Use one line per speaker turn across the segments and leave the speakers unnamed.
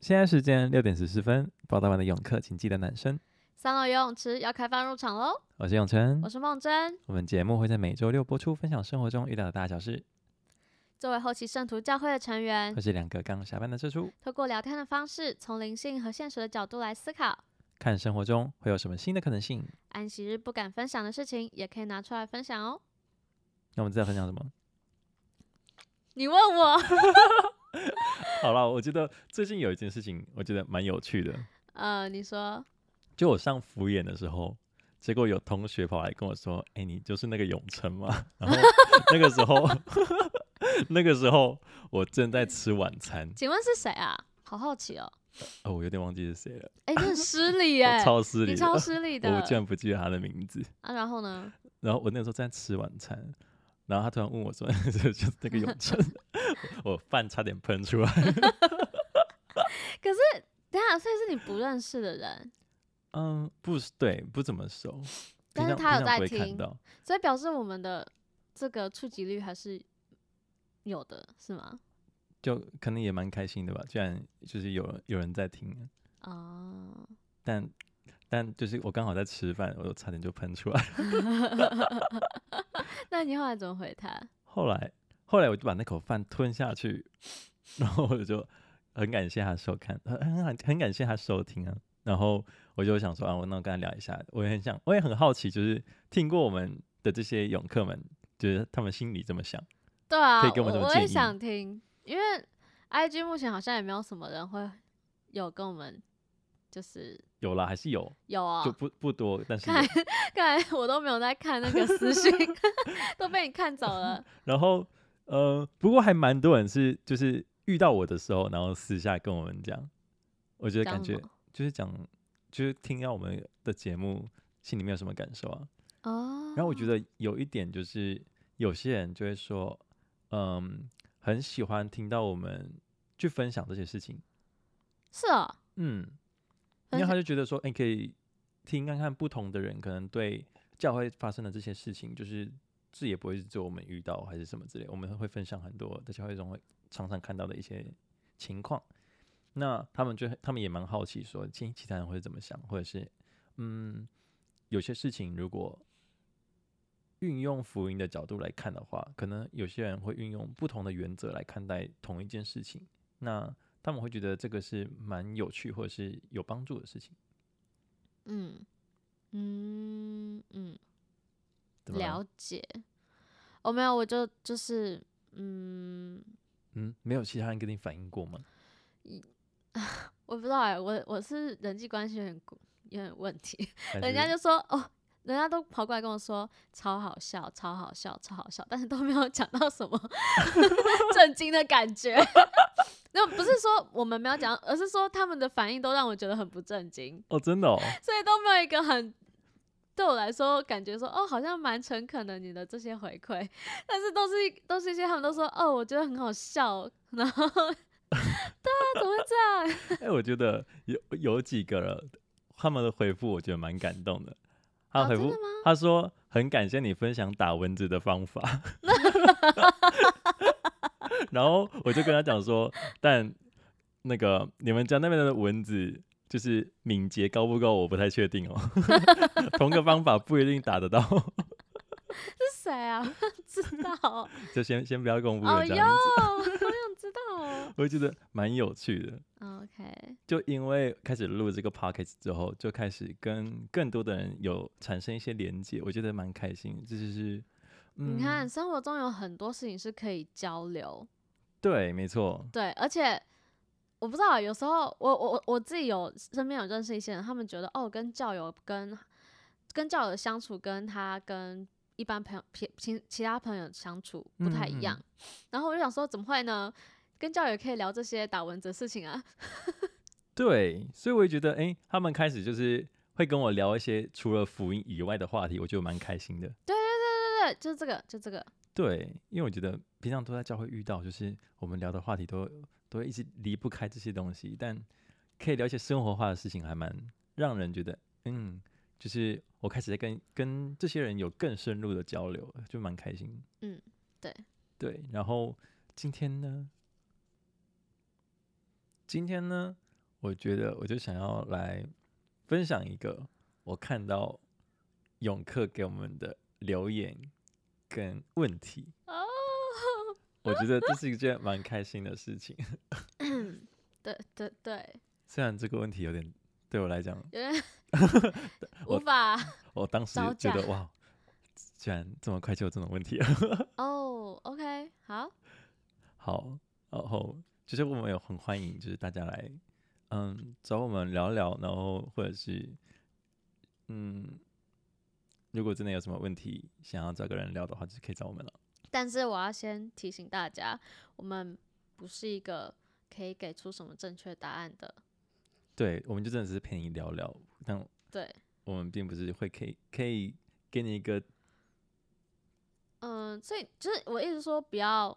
现在时间六点十四分，报道完的泳客请记得暖身。
三楼游泳池要开放入场喽！
我是永成
我，是梦真，
我们节目会在每周六播出，分享生活中遇到的大小事，
作为后期圣徒教会的成员
或，是两个刚下班的社畜，
透过聊天的方式，从灵性和现实的角度来思考。
看生活中会有什么新的可能性。
安息日不敢分享的事情，也可以拿出来分享哦。
那我们这次要分享什么？
你问我，
好了，我觉得最近有一件事情，我觉得蛮有趣的。
呃，你说，
就我上辅演的时候，结果有同学跑来跟我说：“哎、你就是那个永成吗？” 然后那个时候， 那个时候我正在吃晚餐，
请问是谁啊？好好奇哦。
哦，我有点忘记是谁了，
哎，你很失礼耶，
我超失礼
你
的，
超 失礼的
我居然不记得他的名字。
啊。然后呢？
然后我那时候在吃晚餐，然后他突然问我说：“ 就是那个永成。” 我饭差点喷出来。
等一下，所以是你不认识的人，
嗯，不是，对，不怎么熟。
但
平
是
常
他有
平常
在
不会看
听
到，
所以表示我们的这个触及率还是有的，是吗？
就可能也蛮开心的吧。居然就是有人有人在听，
哦，
但但就是我刚好在吃饭，我差点就喷出来。
那你后来怎么回他？
后来后来我就把那口饭吞下去， 然后我就很感谢他收看，很很很感谢他收听啊。然后我就想说啊，我那我跟他聊一下，我也很想，我也很好奇，就是听过我们的这些泳客们，就是他们心里怎么想。
对啊，
可以给我们什么
我
建
也
议
想听，因为 I G 目前好像也没有什么人会有跟我们，就是
有啦，还是有，
有啊、
就
哦。
不不多，但是 有
看，看来我都没有在看那个私讯， 都被你看 走了。
然后呃，不过还蛮多人是就是遇到我的时候，然后私下跟我们讲，我觉得
讲
感
什
觉
么
就是讲就是听到我们的节目，心里面有什么感受啊？
哦，
然后我觉得有一点就是有些人就会说，嗯，很喜欢听到我们去分享这些事情，
是哦，
嗯，因
分
为他
享
就觉得说，哎、可以听看看不同的人可能对教会发生的这些事情，就是这也不会是只有我们遇到还是什么之类，我们会分享很多在教会中会常常看到的一些情况。那他们就他们也蛮好奇说，其其他人会怎么想，或者是嗯，有些事情如果运用福音的角度来看的话，可能有些人会运用不同的原则来看待同一件事情。那他们会觉得这个是蛮有趣或者是有帮助的事情。
嗯嗯嗯，
怎么了
了解。我、没有，我就就是嗯，
嗯，没有其他人跟你反映过吗？
我不知道哎、我我是人际关系有点有点问题。
还
人家
是
就说哦，人家都跑过来跟我说超好笑，超好笑，超好笑，但是都没有讲到什么 震惊的感觉。 那不是说我们没有讲，而是说他们的反应都让我觉得很不震惊，
哦，真的哦，
所以都没有一个很对我来说感觉说哦，好像蛮诚恳的你的这些回馈，但是都是一都是一些他们都说哦，我觉得很好笑哦，然后对啊，怎么会这样？
哎、我觉得有有几个人他们的回复，我觉得蛮感动的。他
哦
回
真
复、
的吗
他说很感谢你分享打蚊子的方 法， 然后我就跟他讲说，但那个你们家那边的蚊子就是敏捷高不高，我不太确定哦， 同个方法不一定打得到，
是谁啊？ 我想知道哦，
就先先不要公布
哦
了这
哟，
样子，
好 想知道哦。
我觉得蛮有趣的。
OK，
就因为开始录这个 p o c k e t 之后，就开始跟更多的人有产生一些连接，我觉得蛮开心。这就是，嗯，
你看，，生活中有很多事情是可以交流，
对，没错，
对，而且我不知道，有时候我我我我自己有身边有认识一些人，他们觉得哦，跟教友跟跟教友的相处，跟他跟一般朋友其其其他朋友相处不太
嗯嗯
一样， 然后我就想说，怎么会呢？跟教友可以聊这些打蚊子的事情啊，
对，所以我也觉得，哎、他们开始就是会跟我聊一些除了福音以外的话题，我觉得蛮开心的。
对对，就是这个，就这个，
对，因为我觉得平常都在教会遇到，就是我们聊的话题都都会一直离不开这些东西，但可以聊一些生活化的事情，还蛮让人觉得，嗯，就是我开始在跟跟这些人有更深入的交流，就蛮开心。
嗯，对
对。然后今天呢，今天呢，我觉得我就想要来分享一个我看到永客给我们的留言跟问题，
哦，
我觉得这是一件蛮开心的事情。
对对对，
虽然这个问题有点对我来讲，
有点
我
无法
我当时
招
觉
架
得哇，居然这么快就有这种问题了。
哦。OK，好，
好，然后就是我们有很欢迎，就是大家来，嗯，找我们聊聊，然后或者是，嗯，如果真的有什么问题想要找个人聊的话，就是可以找我们了。
但是我要先提醒大家，我们不是一个可以给出什么正确答案的。
对，我们就真的只是陪你聊聊，但
对，
我们并不是会可以可以给你一个
嗯，所以就是我一直说不要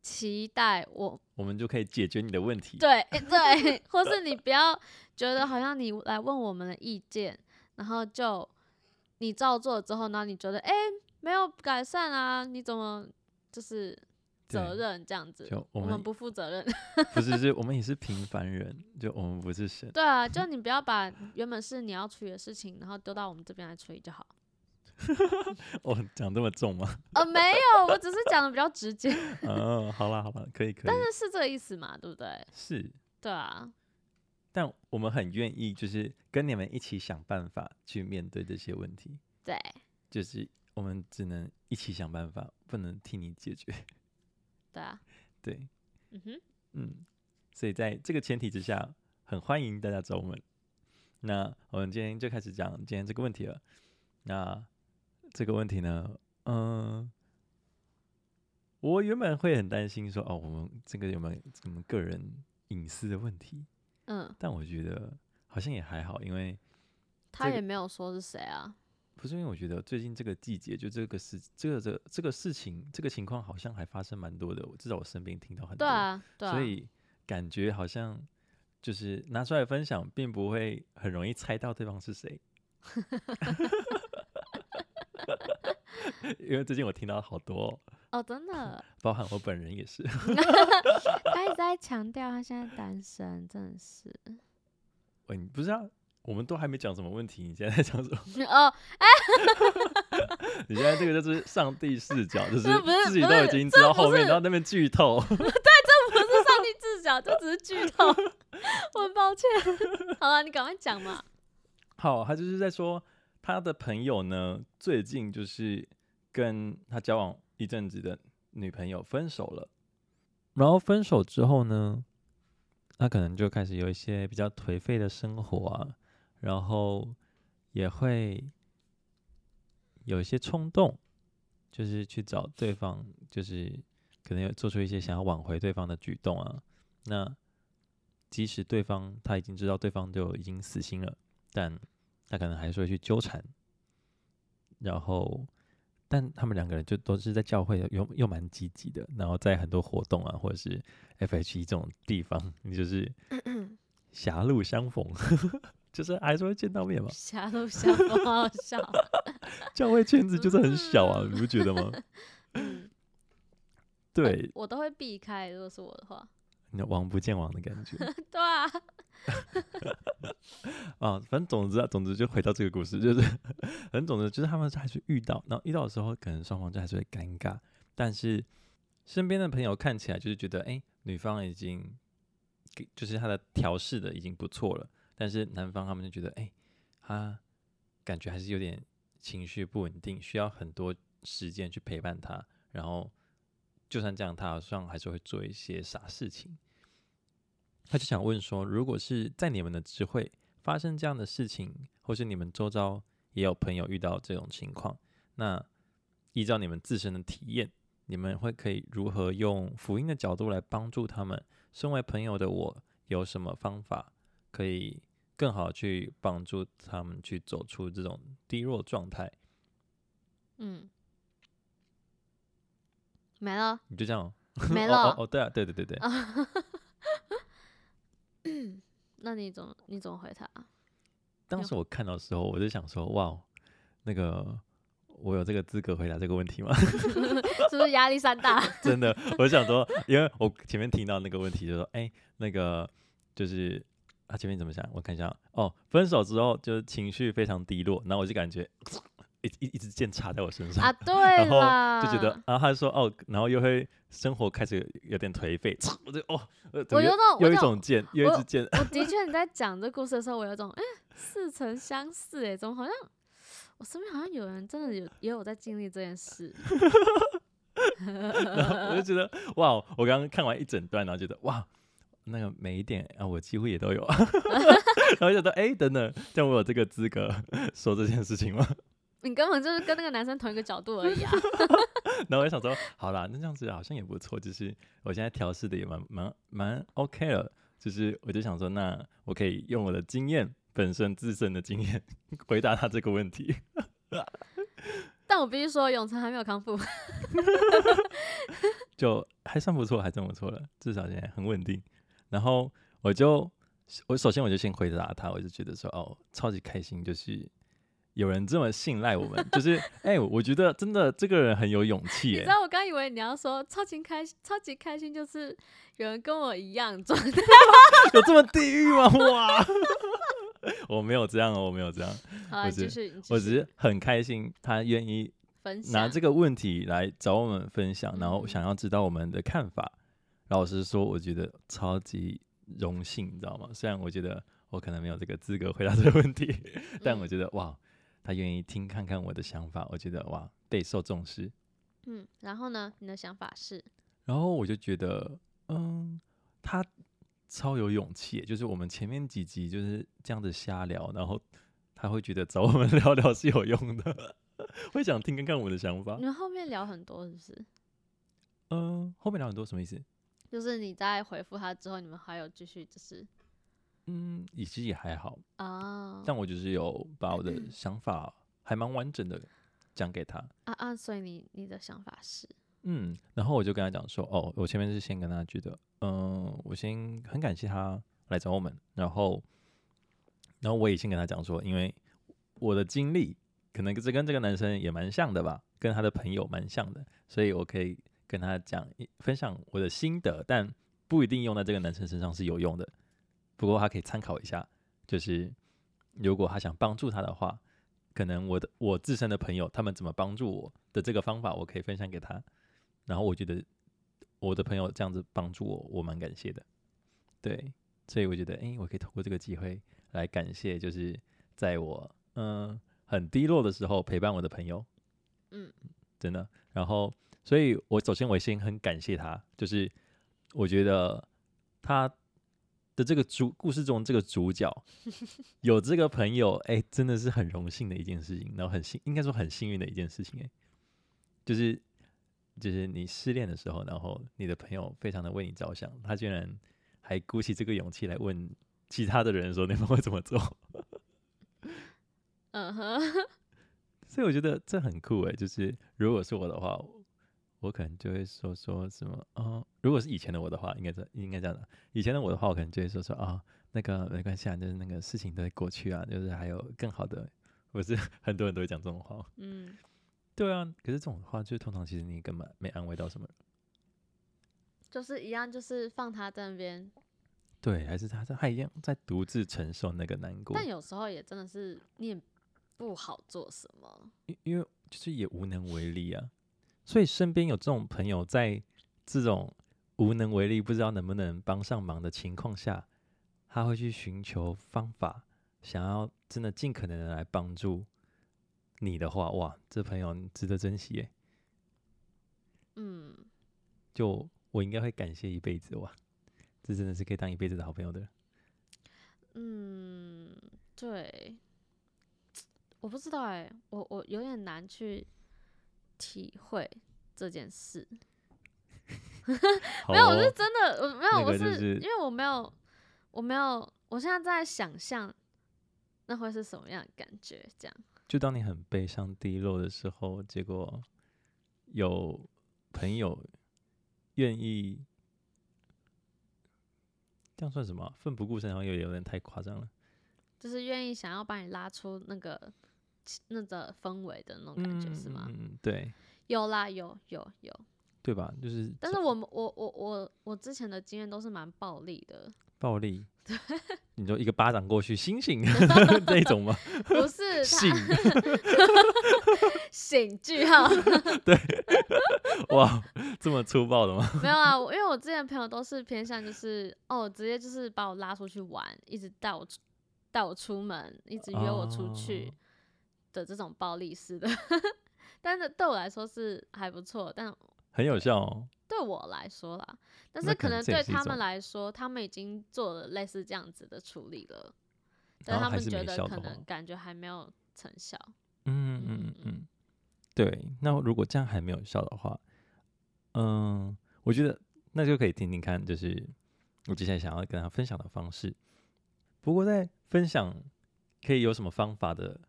期待我
我们就可以解决你的问题。
对 诶对，或是你不要觉得好像你来问我们的意见，然后就你照做之后呢，你觉得哎、诶没有改善啊，你怎么就是责
对
任这样子？
就我
我
们
们不负责任。
不是是，我们也是平凡人，就我们不是 神。
对啊，就你不要把原本是你要处理的事情，然后丢到我们这边来处理就好。
哦，讲这么重吗？
呃，没有，我只是讲的比较直接，
嗯、好啦好啦，可以可以，
但是这个意思嘛，对不对？
是。
对啊，
但我们很愿意，就是跟你们一起想办法去面对这些问题。
对，
就是我们只能一起想办法，不能替你解决。
对啊，
对，
嗯哼，
嗯，所以在这个前提之下，很欢迎大家找我们。那我们今天就开始讲今天这个问题了。那这个问题呢，嗯、我原本会很担心说，哦，我们这个有没有我们个人隐私的问题？
嗯，
但我觉得好像也还好，因为
他
这个
也没有说是谁啊，
不是因为我觉得最近这个季节，就这个事，这个这个这个事情，这个情况好像还发生蛮多的。我至少我身边听到很多，
对啊，对啊，
所以感觉好像就是拿出来分享，并不会很容易猜到对方是谁。因为最近我听到好多哦、
哦，真的，
包含我本人也是。
他一直在强调他现在单身，真 的是。
喂，你不是啊？我们都还没讲什么问题，你现在在讲什么？
哦，
你现在这个就是上帝视角，就是
不是
自己
不
都已
是
经知道
不
后面，
是
然后那边剧透。
不是上帝视角，这只是剧 透，我很抱歉。 好了，你赶快讲 嘛。
好，他就是在说他的朋友呢，最近就是跟他交往一阵子的女朋友分手了，然后分手之后呢，他可能就开始有一些比较颓废的生活啊，然后也会有一些冲动，就是去找对方，就是可能有做出一些想要挽回对方的举动啊。那即使对方他已经知道对方就已经死心了。但他可能还是会去纠缠。然后，但他们两个人就都是在教会又又蛮积极的，然后在很多活动啊，或者是 FHE 这种地方，你就是狭路相逢， 就是还是会见到面嘛。
狭路相逢，好好笑。
教会圈子就是很小啊，你不觉得吗？
嗯，
对，
我都会避开，如果是我的话。
你王不见王的感觉
对啊，
啊。反正总之啊，总之就回到这个故事，就是反正总之就是他们还是遇到，然后遇到的时候，可能双方就还是会尴尬，但是身边的朋友看起来就是觉得，哎、女方已经给就是她的调试的已经不错了，但是男方他们就觉得，哎、他感觉还是有点情绪不稳定，需要很多时间去陪伴他，然后就算这样，他好像还是会做一些傻事情。他就想问说，如果是在你们的智慧发生这样的事情，或是你们周遭也有朋友遇到这种情况，那依照你们自身的体验，你们会可以如何用福音的角度来帮助他们？身为朋友的我，有什么方法可以更好地去帮助他们去走出这种低落状态？
嗯，没了，
你就这样哦、
没
哦哦
了。嗯
哦，对啊，对对对对，
那你怎么你怎么回他？
当时我看到的时候，我就想说，哇，哦那个我有这个资格回答这个问题吗？
是不是压力 山大？啊
真的，我想说，因为我前面听到那个问题，就说，哎、那个就是他前面怎么想？我看一下哦，分手之后就是情绪非常低落，然后我就感觉一一一直剑插在我身上，
啊，对
然后
啦，
就觉得，然后他就说哦，然后又会生活开始有点颓废，我就哦，呃怎
我
么
有
又
种我
又一
有
种剑，又一支箭，
我的确你在讲这故事的时候，我有一种哎、似曾相识哎、怎么好像我身边好像有人真的有也有在经历这件事，
然后我就觉得哇，哦我刚刚看完一整段，然后觉得哇，那个每一点啊，我几乎也都有， 然后就觉得哎，等等，这样我有这个资格 说这件事情吗？
你根本就是跟那个男生同一个角度 而已啊。
然后我就想说，好啦，那这样子好像也不错，就是我现在调试的也蛮蛮蛮 OK 了，就是我就想说，那我可以用我的经验本身自身的经验 回答他这个问题。
但我必须说，永成还没有康复，
就还算不错，还算不错了，至少现在很稳定。然后我就我首先我就先回答他，我就觉得说哦，超级开心，就是有人这么信赖我们，就是哎、我觉得真的这个人很有勇气
你
耶
知。道我刚以为你要说超级开心，超级开心就是有人跟我一 样状态，
有这么地狱吗？哇！ 我没有这样哦，我没有这样，
好啊，
我
你继
只
续，你继
我只
续
是很开心，他愿意
分
拿
享
这个问题来找我们分享，然后
嗯
想要知道我们的看法。老实说，我觉得超级荣幸，你知道吗？虽然我觉得我可能没有这个资格回答这个问题，
嗯
但我觉得哇，他愿意听看看我的想法，我觉得哇备受重视。
嗯，然后呢，你的想法是，
然后我就觉得，嗯，他超有勇气耶，就是我们前面几集就是这样子瞎聊，然后他会觉得找我们 聊聊是有用的， 会想听看看我的想法
你。们后面聊很多是不是？
嗯，后面聊很多什么意思？
就是你在回复他之后，你们还有继续就是
嗯，也其实也还好，
啊
但我就是有把我的想法还蛮完整的讲给他。
啊啊！所以你你的想法是，
嗯，然后我就跟他讲说，哦，我前面是先跟他觉得，嗯，我先很感谢他来找我们，然后，然后我也先跟他讲说，因为我的经历可能这跟这个男生也蛮像的吧，跟他的朋友蛮像的，所以我可以跟他讲一分享我的心得，但不一定用在这个男生身上是有用的，不过他可以参考一下，就是如果他想帮助他的话，可能我的我自身的朋友他们怎么帮助我的这个方法，我可以分享给他。然后我觉得我的朋友这样子帮助我，我蛮感谢的。对，所以我觉得，诶，我可以透过这个机会来感谢，就是在我嗯、很低落的时候陪伴我的朋友。
嗯，
真的。然后，所以我首先我先很感谢他，就是我觉得他的这个主故事中这个主角有这个朋友，哎、真的是很荣幸的一件事情，然后很幸应该说很幸运的一件事情、哎，就是就是你失恋的时候，然后你的朋友非常的为你着想，他居然还鼓起这个勇气来问其他的人说你 们会怎么做，
嗯哼，
所以我觉得这很酷诶，就是如果是我的话，我可能就会说说什么啊、哦如果是以前的我的话，应该这应该这样的。以前的我的话，我可能就会说说啊、那个没关系啊，就是那个事情都会过去啊，就是还有更好的。我是很多人都会讲这种话，
嗯，
对啊。可是这种话，就是通常其实你根本没安慰到什么人。
就是一样，就是放他在那边，
对，还是他他还一样在独自承受那个难过
但，有时候也真的是你也不好做什么，
因因为就是也无能为力啊。所以身边有这种朋友，在这种无能为力、不知道能不能帮上忙的情况下，他会去寻求方法，想要真的尽可能的来帮助你的话，哇，这朋友你值得珍惜耶！
嗯，
就我应该会感谢一辈子哇，这真的是可以当一辈子的好朋友的人。
嗯，对，我不知道哎、我我有点难去体会这件事。
好
没有，我
哦
是真的，我没有，
那
我
个
是、
就
因为我没有，我没有，我现在在想象那会是什么样的感觉，这样。
就当你很悲伤低落的时候，结果有朋友愿意，这样算什么啊、奋不顾身好像又有点太夸张了。
就是愿意想要把你拉出那个气那个氛围的那种感觉、是吗
嗯？嗯，嗯对
有啦，有有有，
对吧？就是这，
但是我们我我我我之前的经验都是蛮暴力的，
暴力， 你就一个巴掌过去，醒醒那种吗？
不是 啊
醒，
他醒句号，
哇，这么粗暴的吗？
没有啊，我因为我之前朋友都是偏向就是哦，直接就是把我拉出去玩，一直带我出带我出门，一直约我出去
哦
的这种暴力式的， 但是对我来说是还不错，但
很有效哦。
对我来说啦，
那
但是
可
可
能
能
这也
对
是一
他们
种
来说，他们已经做了类似这样子的处理了，
然
但
后
他
还
们
是
觉
没
得
效
可
的话
能感觉还没有成效。
嗯嗯嗯嗯，对。那如果这样还没有效的话，嗯，我觉得那就可以听听看，就是我接下来想要跟他分享的方式。不过在分享可以有什么方法的，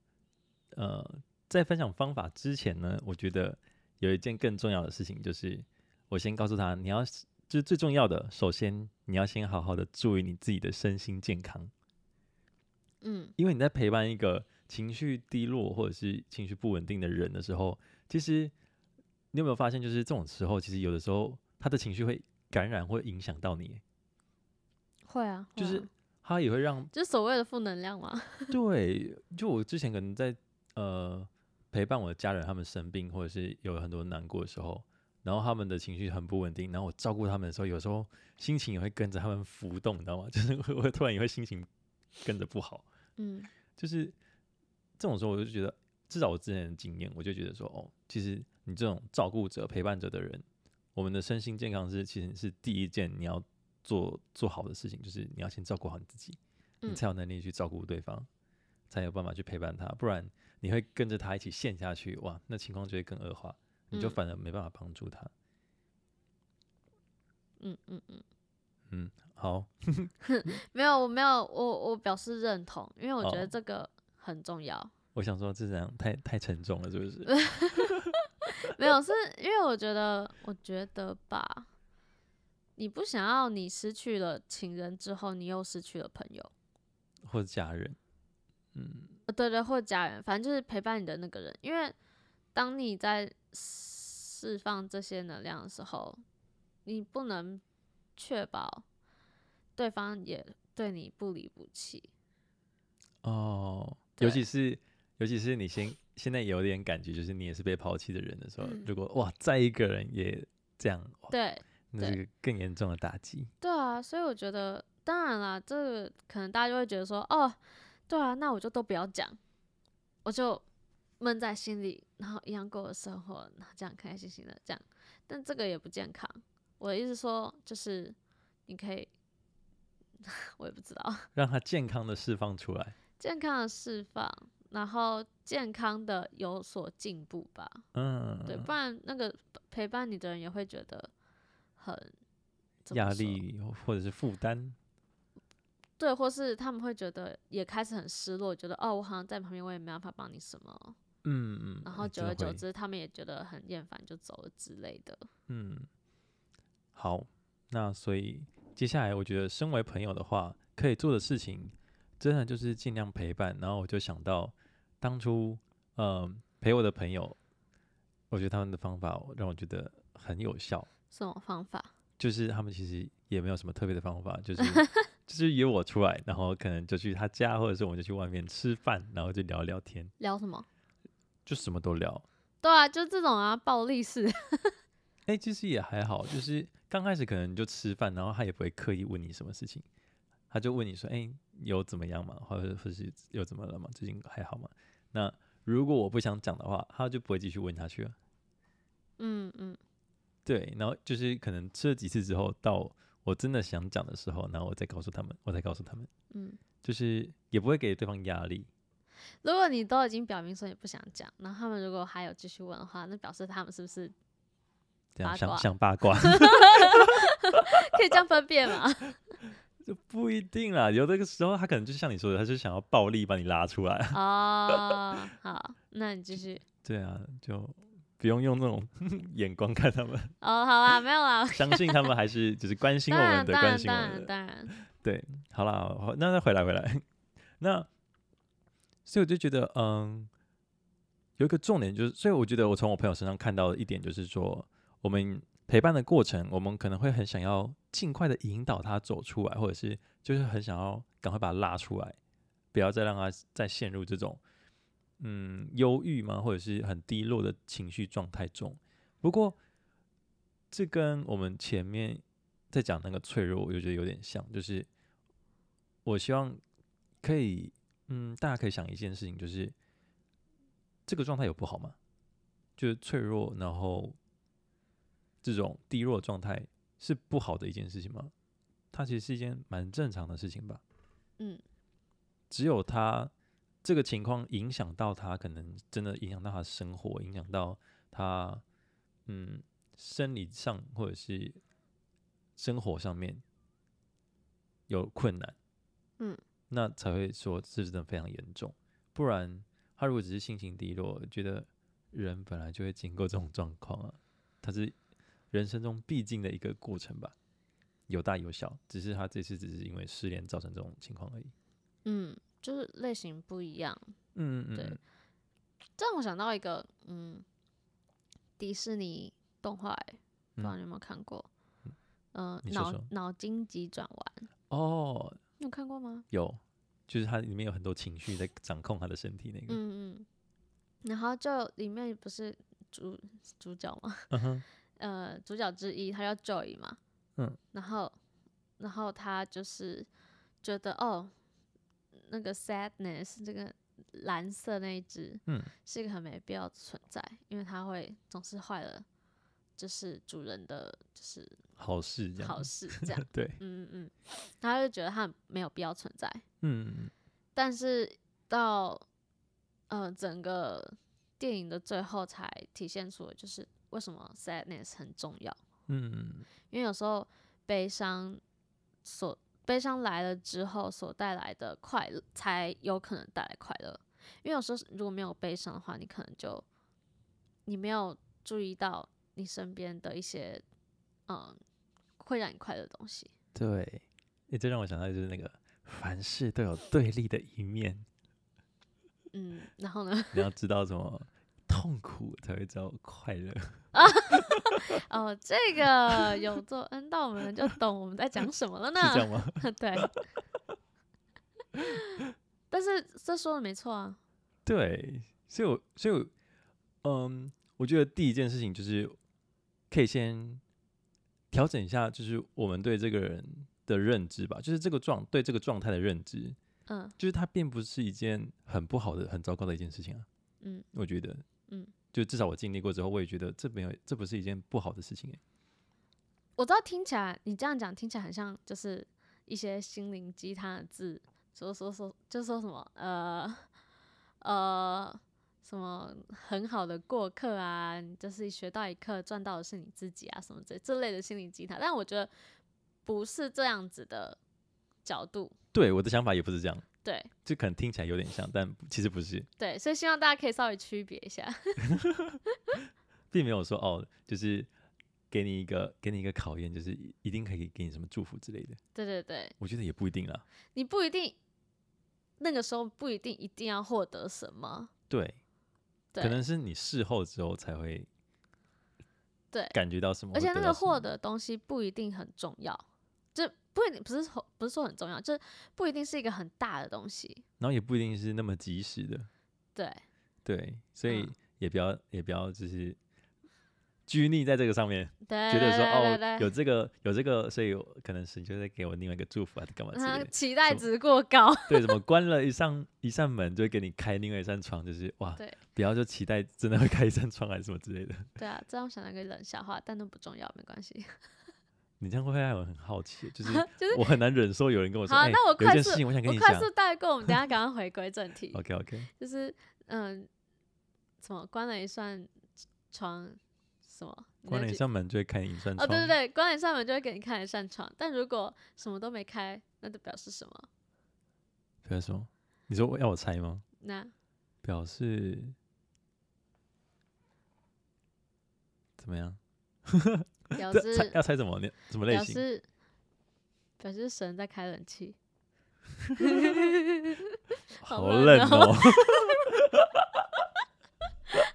呃，在分享方法之前呢，我觉得有一件更重要的事情，就是我先告诉他，你要就是最重要的，首先你要先好好的注意你自己的身心健康。
嗯，
因为你在陪伴一个情绪低落或者是情绪不稳定的人的时候，其实你有没有发现，就是这种时候，其实有的时候他的情绪会感染或影响到你，
会啊，
就
会啊
是他也会让
就是所谓的负能量嘛。
对，就我之前可能在呃陪伴我的家人，他们生病或者是有很多难过的时候，然后他们的情绪很不稳定，然后我照顾他们的时候，有时候心情也会跟着他们浮动，你知道吗？ 就是我会突然也会心情跟着不好。
嗯
就是这种时候，我就觉得，至少我之前的经验，我就觉得说，哦，其实你这种照顾者、陪伴者的人，我们的身心健康是其实是第一件你要做做好的事情，就是你要先照顾好你自己，你
嗯
才有能力去照顾对方，才有办法去陪伴他，不然你会跟着他一起陷下去，哇，那情况就会更恶化，你就
嗯
反而没办法帮助他。
嗯嗯嗯，
嗯，好，
没有，我没有，我我表示认同，因为我觉
哦
得这个很重要。
我想说这样太太沉重了，是不是？
没有，是因为我觉得，我觉得吧，你不想要你失去了情人之后，你又失去了朋友，
或者家人，嗯。
呃对对，或家人，反正就是陪伴你的那个人。因为当你在释放这些能量的时候，你不能确保对方也对你不离不弃。
哦，尤
对
其是尤其是你先现在有点感觉，就是你也是被抛弃的人的时候，
嗯
如果哇再一个人也这样，哇
对，
那是个更严重的打击。
对啊，所以我觉得，当然啦，这个可能大家就会觉得说，哦，对啊，那我就都不要讲，我就闷在心里，然后一样过我的生活，然后这样开开心心的这样，但这个也不健康。我的意思说，就是你可以， 我也不知道，
让他健康的释放出来。
健康的释放，然后健康的有所进步吧，
嗯，
对，不然那个陪伴你的人也会觉得很怎么
压
说
力或者是负担，
对，或是他们会觉得也开始很失落，觉得哦，我好像在旁边，我也没办法帮你什么。
嗯嗯，
然后
嗯
久而
真的
久，
会
之，他们也觉得很厌烦，就走了之类的。
嗯，好，那所以接下来我觉得，身为朋友的话，可以做的事情，真的就是尽量陪伴。然后我就想到当初，呃，陪我的朋友，我觉得他们的方法让我觉得很有效，
这种方法，
就是他们其实也没有什么特别的方法，就是。就是约我出来，然后可能就去他家，或者是我们就去外面吃饭，然后就聊聊天，
聊什么？
就什么都聊。
对啊，就这种啊，暴力式。
哎、其实也还好，就是刚开始可能你就吃饭，然后他也不会刻意问你什么事情，他就问你说：“哎、有怎么样嘛？或者或是有怎么了嘛？最近还好吗？”那如果我不想讲的话，他就不会继续问下去了。
嗯嗯，
对，然后就是可能吃了几次之后，到我真的想讲的时候，然后我再告诉他们，我再告诉他们，
嗯，
就是也不会给对方压力。
如果你都已经表明说你不想讲，然后他们如果还有继续问的话，那表示他们是不 是
这样
八
像
卦
像八卦
可以这样分辨嘛？
就不一定啦，有的时候他可能就像你说的，他就想要暴力把你拉出来。
哦，好，那你继续。
对啊，就不用用那种 眼光看他们，
哦，好啦，没有啦，
相信他们还是就是关心
当
我
然
们的，
当
关
然
心我
当
们
然
的。
当然，
好啦，好那再回来回来， 那所以我就觉得，嗯，有一个重点就是，所以我觉得我从我朋友身上看到的一点就是说，我们陪伴的过程，我们可能会很想要尽快的引导他走出来，或者是就是很想要赶快把他拉出来，不要再让他再陷入这种嗯忧郁嘛，或者是很低落的情绪状态中。不过，这跟我们前面在讲那个脆弱，我就觉得有点像，就是我希望可以，嗯，大家可以想一件事情，就是这个状态有不好吗？就是脆弱，然后这种低落的状态是不好的一件事情吗？它其实是一件蛮正常的事情吧。
嗯，
只有他这个情况影响到他，可能真的影响到他生活，影响到他嗯生理上或者是生活上面有困难，
嗯，
那才会说是真的非常严重。不然，他如果只是心情低落，觉得人本来就会经过这种状况啊，他是人生中必经的一个过程吧。有大有小，只是他这次只是因为失恋造成这种情况而已。
嗯，就是类型不一样。
嗯嗯
对
嗯，
这让我想到一个，嗯，迪士尼动画、欸，不知
嗯
道你有没有看过？嗯，
你说
脑
说
脑筋急转弯，
哦，
你有看过吗？
有，就是它里面有很多情绪在掌控他的身体那个。
嗯嗯。然后就里面不是主主角吗？
嗯哼，
呃，主角之一，他叫 Joy 嘛。
嗯。
然后，然后他就是觉得哦，那个 sadness 这个蓝色那一只，
嗯，
是一个很没必要的存在，因为它会总是坏了，就是主人的，就是
好事这样。。
好事这样
对，
嗯嗯嗯。然后他就觉得它很没有必要存在，
嗯
但是到呃整个电影的最后才体现出，就是为什么 sadness 很重要，
嗯
因为有时候悲伤所悲伤来了之后所带来的快乐，才有可能带来快乐。因为有时候如果没有悲伤的话，你可能就你没有注意到你身边的一些嗯会让你快乐的东西。
对，诶，这让我想到就是那个凡事都有对立的一面，
嗯，然后呢？
你要知道什么痛苦才会知道快乐。
哦，这个有做恩到我们就懂我们在讲什么了呢？
是这 样吗？
对。 但是这说的没错啊，
对，所以我，所以我，嗯，我觉得第一件事情就是可以先调整一下，就是我们对这个人的认知吧，就是这个状对这个状态的认知，
嗯
就是它并不是一件很不好的、很糟糕的一件事情啊。
嗯
我觉得，
嗯，
就至少我经历过之后，我也觉得这没有，这不是一件不好的事情、欸。
我知道听起来你这样讲听起来很像就是一些心灵鸡汤的字，说说说就说什么呃呃什么很好的过客啊，你就是学到一课赚到的是你自己啊什么这这类的心灵鸡汤，但我觉得不是这样子的角度，
对，我的想法也不是这样，
对
就可能听起来有点像，但其实不是，
对，所以希望大家可以稍微区别一下。
并没有说哦，就是给你一个给你一个考验，就是一一定可以给你什么祝福之类的。
对对对，
我觉得也不一定啦。
你不一定那个时候不一定一定要获得什么，
对，
对，
可能是你事后之后才会
对，
感觉到什么，
而且那个获
货
得的东西不一定很重要，就不一定不是说不是说很重要，就是不一定是一个很大的东西，
然后也不一定是那么及时的，
对
对，所以
嗯
也不要、也不要就是拘泥在这个上面，
对，
觉得说
对
哦
对对
有这个有这个，所以我可能神就在给我另外一个祝福啊，干嘛之类
嗯
的，
期待
什么
值过 高，
对，怎么关了一扇一扇门就会给你开另外一扇窗，就是哇，
对
不要就期待真的会开一扇窗还是什么之 类的，
对啊，这让我想到一个冷笑话，但都不重要，没关系。
你这样会不会让我很好奇？就是
就是
我很难忍受有人跟我说，
好
哎
那我
有一
快
件
速
事情我想跟
我
你
快
讲，
速带过，我们等一下赶快回归正题
，OK OK，
就是嗯，什么关了一扇窗，什么你
关
那
了一
句
扇门就会开一扇窗，
哦，对对对，关了一扇门就会给你看一扇窗，但如果什么都没开，那就表示什么？
不要说，啊你说我要我猜吗？
那
表示怎么样？
表
这猜
示
要猜什么？你什么类
表
型？
示表示神在开冷 气，好
好
冷
冷
哦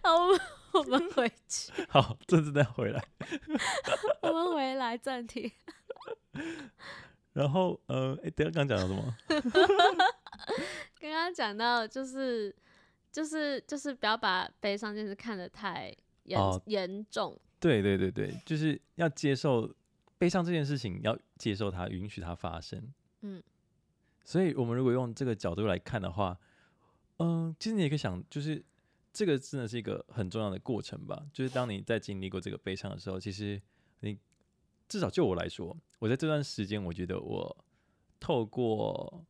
哦！
好，我们哦我们回去，
好，这次再回来。
我们回来暂停。
然后呃，哎，等一下刚刚讲到什么？
刚刚讲到就是就是就是不要把悲伤这件事看得太严、
哦
严重，
对对对对，就是要接受悲伤这件事情，要接受它，允许它发生。
嗯，
所以我们如果用这个角度来看的话，嗯，其实你也可以想，就是这个真的是一个很重要的过程吧。就是当你在经历过这个悲伤的时候，其实你至少就我来说，我在这段时间，我觉得我透过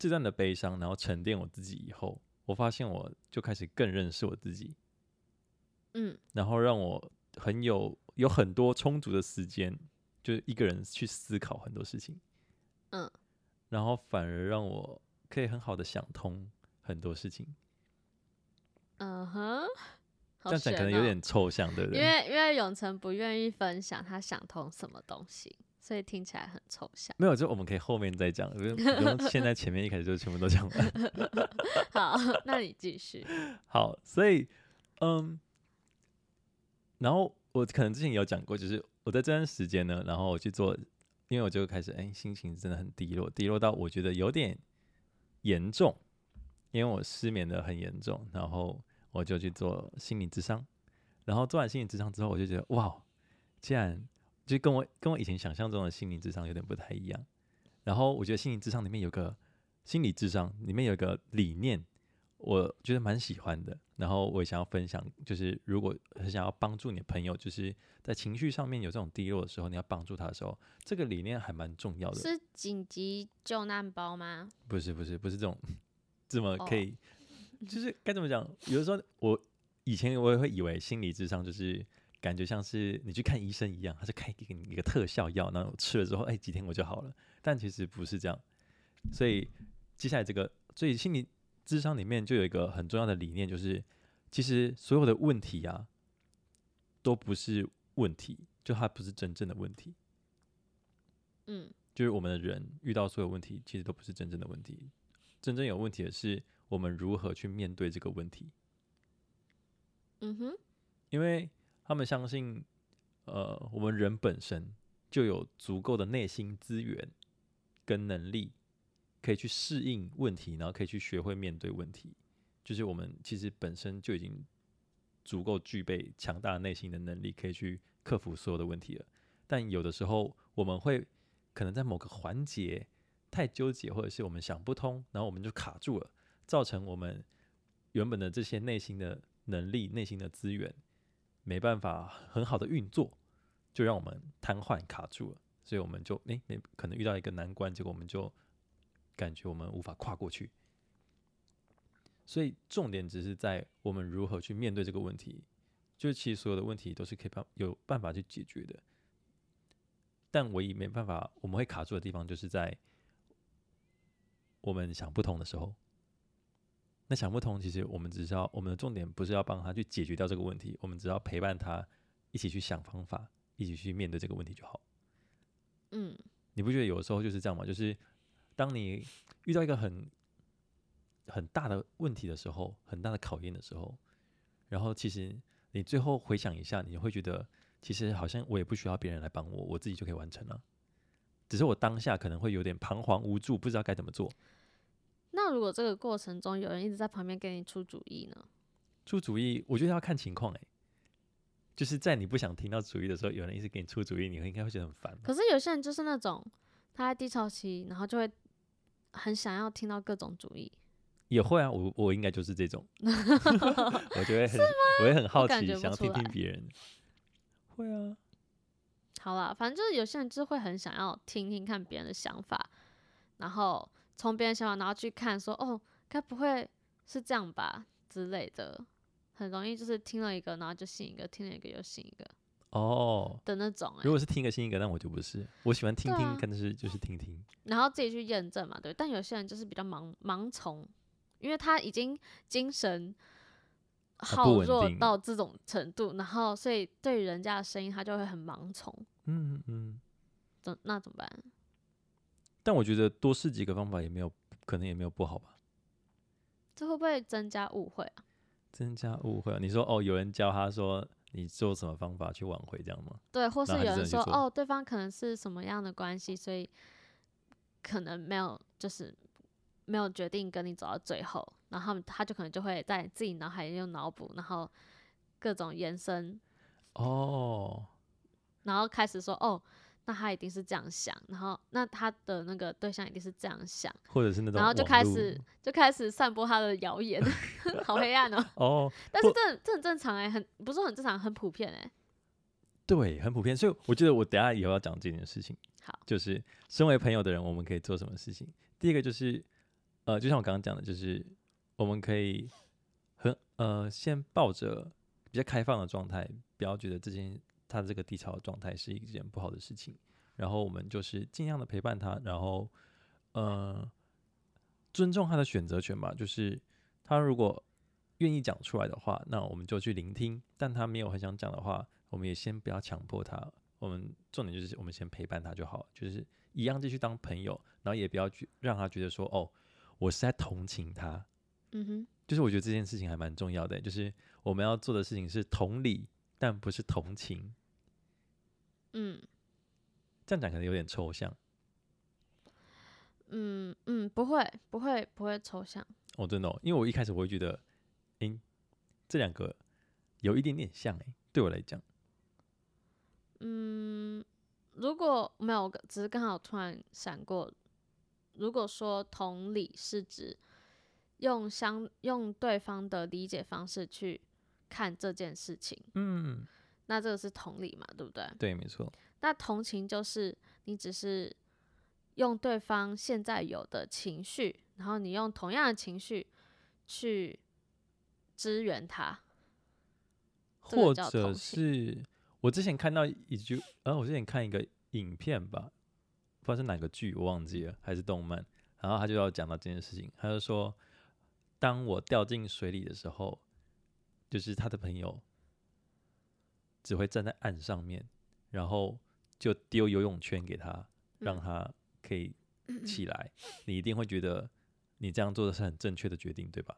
这段的悲伤，然后沉淀我自己以后，我发现我就开始更认识我自己。
嗯
然后让我很有有很多充足的时间，就是一个人去思考很多事情，
嗯，
然后反而让我可以很好的想通很多事情。
嗯哼，
这
好
样讲可能
悬
有
哦
点抽象，对不
因
对？
为因为永成不愿意分享他想通什么东西，所以听起来很抽象。
没有，就我们可以后面再讲，不用不用现在前面一开始就全部都讲完。
好，那你继续。
好，所以嗯，然后我可能之前也有讲过，就是我在这段时间呢，然后我去做，因为我就开始哎，心情真的很低落，低落到我觉得有点严重，因为我失眠的很严重，然后我就去做心理智商，然后做完心理智商之后，我就觉得哇，竟然就跟我跟我以前想象中的心理智商有点不太一样，然后我觉得心理智商里面有个心理智商里面有个理念。我觉得蛮喜欢的。然后我也想要分享，就是如果很想要帮助你的朋友，就是在情绪上面有这种低落的时候，你要帮助他的时候，这个理念还蛮重要的。
是紧急救难包吗？
不是不是不是这种这么可
哦
以，就是该怎么讲？有的时候我以前我也会以为心理智商就是。感觉像是你去看医生一样，他是开给你一个特效药，然后吃了之后，哎，几天我就好了。但其实不是这样，所以接下来这个，所以心理智商里面就有一个很重要的理念，就是其实所有的问题啊，都不是问题，就它不是真正的问题。
嗯
就是我们的人遇到所有问题，其实都不是真正的问题，真正有问题的是我们如何去面对这个问题。
嗯哼，
因为他们相信，呃，我们人本身就有足够的内心资源跟能力，可以去适应问题，然后可以去学会面对问题。就是我们其实本身就已经足够具备强大的内心的能力，可以去克服所有的问题了。但有的时候我们会可能在某个环节太纠结，或者是我们想不通，然后我们就卡住了，造成我们原本的这些内心的能力、内心的资源没办法很好的运作，就让我们瘫痪卡住了。所以我们就诶、没可能遇到一个难关，结果我们就感觉我们无法跨过去。所以重点只是在我们如何去面对这个问题，就是其实所有的问题都是可以办有办法去解决的。但唯一没办法，我们会卡住的地方，就是在我们想不通的时候。那想不通，其实我们只是要我们的重点不是要帮他去解决掉这个问题，我们只要陪伴他一起去想方法，一起去面对这个问题就好。
嗯
你不觉得有的时候就是这样吗？就是当你遇到一个很很大的问题的时候，很大的考验的时候，然后其实你最后回想一下，你会觉得其实好像我也不需要别人来帮我，我自己就可以完成了。只是我当下可能会有点彷徨无助，不知道该怎么做。
那如果这个过程中有人一直在旁边给你出主意呢？
出主意，我觉得要看情况哎、就是在你不想听到主意的时候，有人一直给你出主意，你会应该会觉得很烦吧。
可是有些人就是那种他在低潮期，然后就会很想要听到各种主意，
也会啊，我我应该就是这 种，我就会很我会很好
感
奇，
觉不
想要
出
听听
来
别 人。会啊，
好啦，反正就是有些人就是会很想要听听看别人的想法，然后从别人想法，然后去看说，哦，该不会是这样吧之类的，很容易就是听了一个，然后就信一个，听了一个又信一个
哦，
的那种、
如
欸，
果是听一个新一个，但我就不是，我喜欢听
对
听
啊，
但是就是听听。
然后自己去验证嘛，对。但有些人就是比较盲盲从，因为他已经精神
不
耗
稳
弱
定
到这种程度，然后所以对人家的声音他就会很盲从，
嗯嗯，
怎那怎么办？
但我觉得多试几个方法也没有，可能也没有不好吧。
这会不会增加误会啊？
增加误会啊，你说哦，有人教他说你做什么方法去挽回这样吗？
对，或是
那还是
有
真的
人
去
说
做
哦，对方可能是什么样的关系，所以可能没有就是没有决定跟你走到最后，然后他们他就可能就会在自己脑海里用脑补，然后各种延伸，
哦，
然后开始说哦，那他一定是这样想，然后那他的那个对象一定是这样想，
或者是那种
然后就
网
开
路
始就开始散播他的 谣言， 好黑暗哦、
哦，
但是
或
这很这很正常哎、很不是很正常，很普遍哎、
对，很普遍。所以我觉得我等一下以后要讲这件事情。
好，
就是身为朋友的人，我们可以做什么事情？第一个就是，呃，就像我刚刚讲的，就是我们可以很呃，先抱着比较开放的状态，不要觉得这件他这个低潮的状态是一件不好的事情。然后我们就是尽量的陪伴他，然后呃，尊重他的选择权吧。就是他如果愿意讲出来的话，那我们就去聆听；但他没有很想讲的话，我们也先不要强迫他。我们重点就是我们先陪伴他就好，就是一样继续当朋友，然后也不要去让他觉得说哦，我是在同情他。
嗯哼，
就是我觉得这件事情还蛮重要的，就是我们要做的事情是同理，但不是同情。
嗯
这样讲可能有点抽象，
嗯嗯，不会不会不会抽象，
哦，真的、哦，因为我一开始我会觉得，诶、这两个有一点点像、诶，对我来讲，
嗯，如果没有，只是刚好突然闪过。如果说同理是指用相用对方的理解方式去看这件事情，
嗯，
那这个是同理嘛，对不对？
对，没错，
那同情就是你只是用对方现在有的情绪，然后你用同样的情绪去支援他。这个
或
叫
者
同情
是我之前看到一句，呃，我之前看一个影片吧，不知道是哪个剧，我忘记了，还是动漫，然后他就要讲到这件事情，他就说，当我掉进水里的时候，就是他的朋友只会站在岸上面，然后就丢游泳圈给他，让
嗯
他可以起来，你一定会觉得你这样做的是很正确的决定，对吧？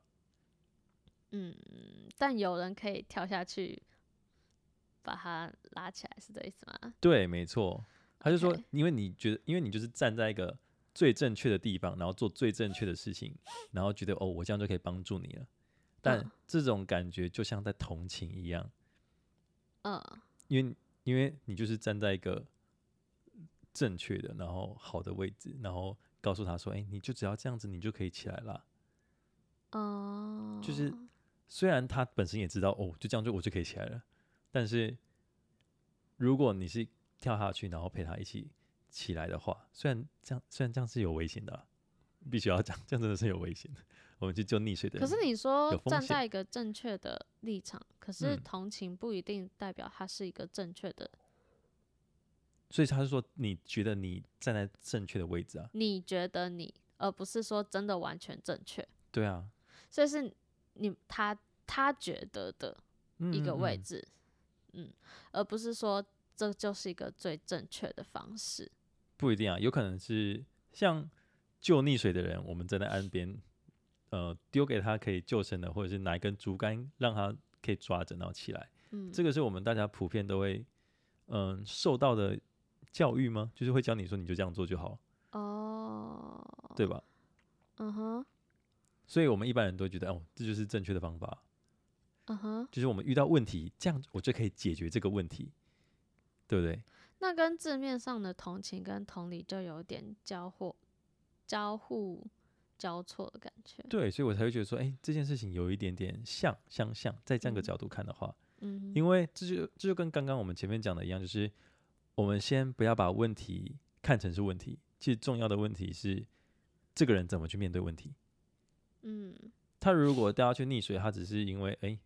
嗯，但有人可以跳下去把他拉起来，是这意思吗？
对，没错。他就说
OK，
因为你觉得，因为你就是站在一个最正确的地方，然后做最正确的事情，然后觉得哦，我这样就可以帮助你了。但
嗯
这种感觉就像在同情一样，
嗯
因为因为你就是站在一个正确的，然后好的位置，然后告诉他说，哎、你就只要这样子，你就可以起来啦。
哦，
就是虽然他本身也知道哦，就这样就我就可以起来了，但是如果你是跳下去，然后陪他一起起来的话，虽然这样虽然这样是有危险的啊、必须要讲，这样真的是有危险的。我们去救溺水的
可
人，
是你说
有风
站
险
在一个正确的立场，可是
嗯
同情不一定代表他是一个正确的。
所以他是说你觉得你站在正确的位置啊？
你觉得你，而不是说真的完全正确。
对啊，
所以是你他他觉得的
嗯
一个
嗯
位
嗯
置，嗯而不是说这就是一个最正确的方式。
不一定啊，有可能是像救溺水的人，我们站在岸边，呃，丢给他可以救生的，或者是拿一根竹竿让他可以抓着，然后起来。
嗯，
这个是我们大家普遍都会嗯、受到的教育吗？就是会教你说你就这样做就好，
哦，
对吧？
嗯哼，
所以我们一般人都会觉得哦，这就是正确的方法，
嗯哼，
就是我们遇到问题，这样我就可以解决这个问题，对不对？
那跟字面上的同情跟同理就有点交互、交互交错的感觉。
对，所以我才会觉得说，哎，这件事情有一点点像相像，在这样个
嗯
角度看的话，
嗯哼，
因为这就这就跟刚刚我们前面讲的一样，就是我们先不要把问题看成是问题，其实重要的问题是这个人怎么去面对问题。
嗯
他如果掉下去溺水，他只是因为哎、诶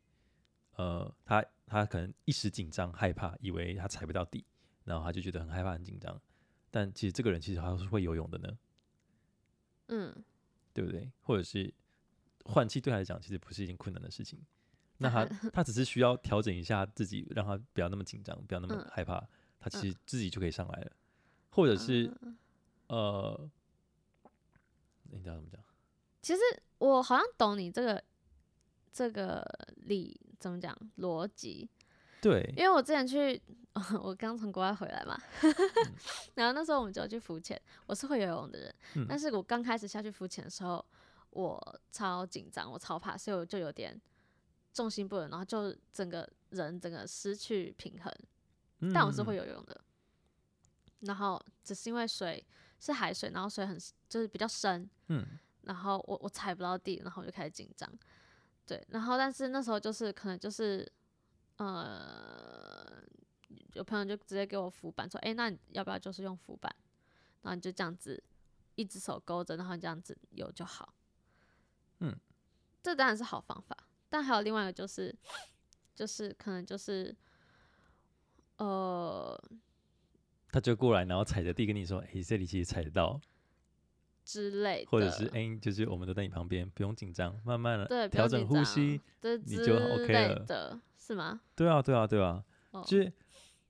呃，他他可能一时紧张害怕，以为他踩不到底，然后他就觉得很害怕很紧张。但其实这个人其实他是会游泳的呢，
嗯，
对不对？或者是换气对他来讲其实不是一件困难的事情。那 他他只是需要调整一下自己，让他不要那么紧张，不要那么
嗯
害怕，他其
嗯
实自己就可以上来了。或者是
嗯
呃，你知道怎么讲？
其实我好像懂你这个这个理怎么讲逻辑，
对，
因为我之前去， 我刚从国外回来嘛， 然后那时候我们就去浮潜，我是会游泳的人，
嗯
但是我刚开始下去浮潜的时候，我超紧张，我超怕，所以我就有点重心不稳，然后就整个人整个失去平衡。但我是会
有
游泳的，然后只是因为水是海水，然后水很就是比较深，
嗯
然后我我踩不到地，然后我就开始紧张。对，然后但是那时候就是可能就是，呃，有朋友就直接给我浮板，说，哎、那你要不要就是用浮板？然后你就这样子，一只手勾着，然后你这样子游就好。
嗯，
这当然是好方法，但还有另外一个就是，就是可能就是，呃，
他就过来，然后踩着地跟你说：“哎、这里其实踩得到，
之类的，
或者是哎、就是我们都在你旁边，不用紧张，慢慢
对
的
不要
调整
紧
呼
张
吸。
这
你
之
就 OK
类
了
的，是吗？”
对啊，对啊，对啊，
哦
就是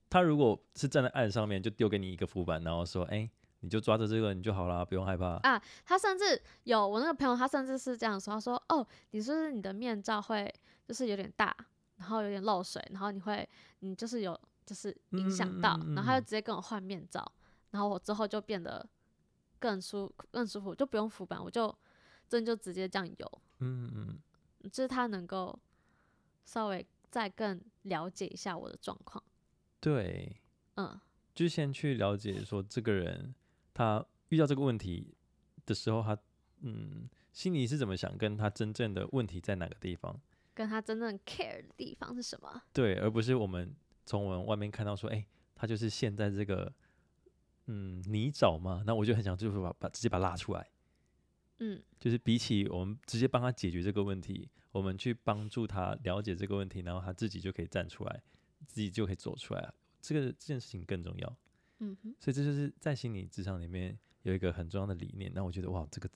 他如果是站在岸上面，就丢给你一个浮板，然后说：“哎、你就抓着这个，你就好啦，不用害怕。
啊，他甚至有我那个朋友，他甚至是这样说，他说：“哦，你是不是你的面罩会就是有点大，然后有点漏水，然后你会你就是有就是影响到，
嗯嗯嗯嗯
然后他就直接跟我换面罩，然后我之后就变得更舒更舒服，就不用浮板，我就真的就直接这样游，
嗯”嗯嗯，
就是他能够稍微再更了解一下我的状况，
对，
嗯，
就先去了解说这个人他遇到这个问题的时候他，嗯心里是怎么想，跟他真正的问题在哪个地方。
跟他真正 care 的地方是什么？
对，而不是我们从我们外面看到说，哎、他就是陷在这个嗯泥沼嘛，那我就很想就是把把直接把他拉出来，
嗯，
就是比起我们直接帮他解决这个问题，我们去帮助他了解这个问题，然后他自己就可以站出来，自己就可以走出来，这个这件事情更重要。
嗯哼，
所以这就是在心理职场里面有一个很重要的理念。那我觉得哇，这个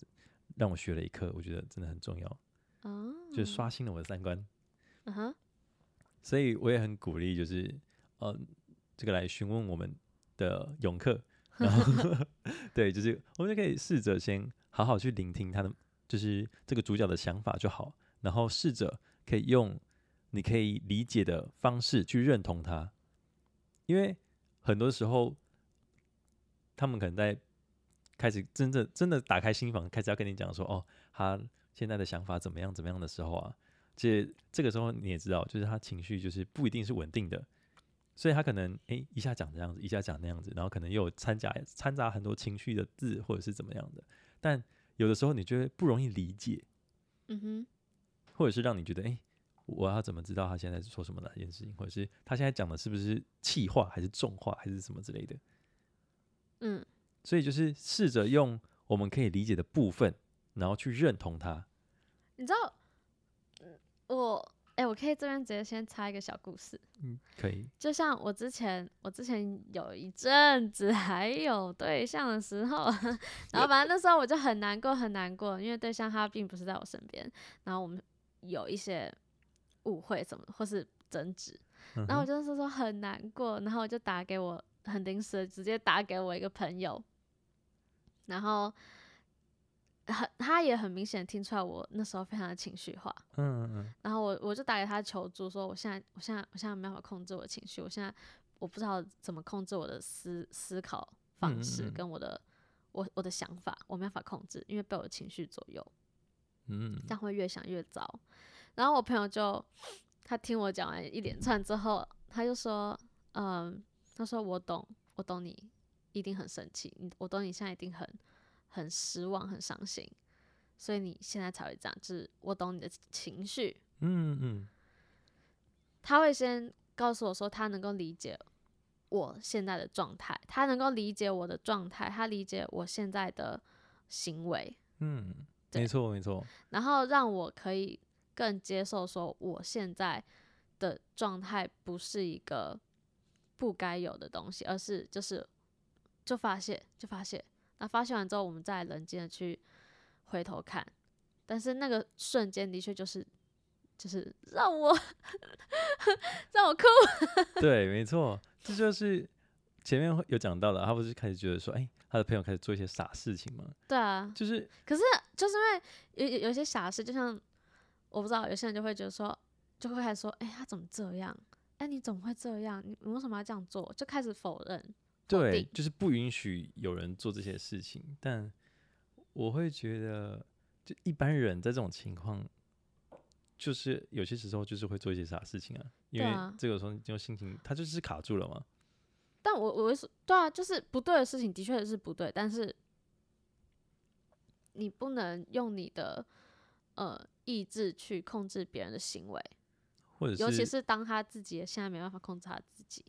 让我学了一课，我觉得真的很重要，
哦，
就是刷新了我的三观。
嗯哼，
所以我也很鼓励，就是呃，这个来询问我们的泳客，然后对，就是我们就可以试着先好好去聆听他的，就是这个主角的想法就好，然后试着可以用你可以理解的方式去认同他，因为很多时候他们可能在开始真的真的打开心房，开始要跟你讲说，哦，他现在的想法怎么样怎么样的时候啊，这这个时候你也知道，就是他情绪就是不一定是稳定的，所以他可能诶、一下讲这样子，一下讲那样子，然后可能又有掺杂掺杂很多情绪的字或者是怎么样的，但有的时候你就会不容易理解，
嗯哼。
或者是让你觉得诶、我要怎么知道他现在在说什么哪件事情，或者是他现在讲的是不是气话还是重话还是什么之类的，
嗯
所以就是试着用我们可以理解的部分，然后去认同他，，
你知道，嗯，我哎、我可以这边直接先插一个小故事。
嗯，可以，
就像我之前，我之前有一阵子还有对象的时候， 然后反正那时候我就很难过，很难过，因为对象他并不是在我身边，然后我们有一些误会什么的，或是争执，
嗯
然后我
哼
就是说很难过，然后我就打给我很临时的，直接打给我一个朋友，然后很他也很明显听出来我那时候非常的情绪化，
嗯嗯嗯，
然后我我就打给他求助，说我现在我现在我现在没办法控制我的情绪，我现在我不知道怎么控制我的思思考
嗯嗯
方式
嗯
跟我的我我的想法，我没办法控制，因为被我的情绪左右。
嗯
这样会越想越糟。然后我朋友就他听我讲完一连串之后，他就说，嗯，他说我懂，我懂你一定很生气，你我懂你现在一定很很失望、很伤心，所以你现在才会这样，就是我懂你的情绪。
嗯嗯
他会先告诉我说，他能够理解我现在的状态，他能够理解我的状态，他理解我现在的行为，
嗯，没
对
错没错，
然后让我可以更接受说我现在的状态不是一个不该有的东西，而是就是就发泄就发泄。那发泄完之后，我们再冷静的去回头看，但是那个瞬间的确就是就是让我 让我哭，
对，没错，这就是前面会有讲到的，他不是开始觉得说，哎、他的朋友开始做一些傻事情嘛，
对啊，
就是
可是就是因为有有有些傻事，就像我不知道，有些人就会觉得说，就会开始说，哎、他怎么这样？哎、你怎么会这样？你你为什么要这样做？就开始否认。否
对
定，
就是不允许有人做这些事情。但我会觉得，就一般人在这种情况，就是有些时候就是会做一些傻事情啊，因
对
为
啊
这个时候就心情他就是卡住了嘛。
但我我会说，对啊，就是不对的事情的确是不对，但是你不能用你的呃意志去控制别人的行为，
或者
尤其是当他自己现在没办法控制他自己。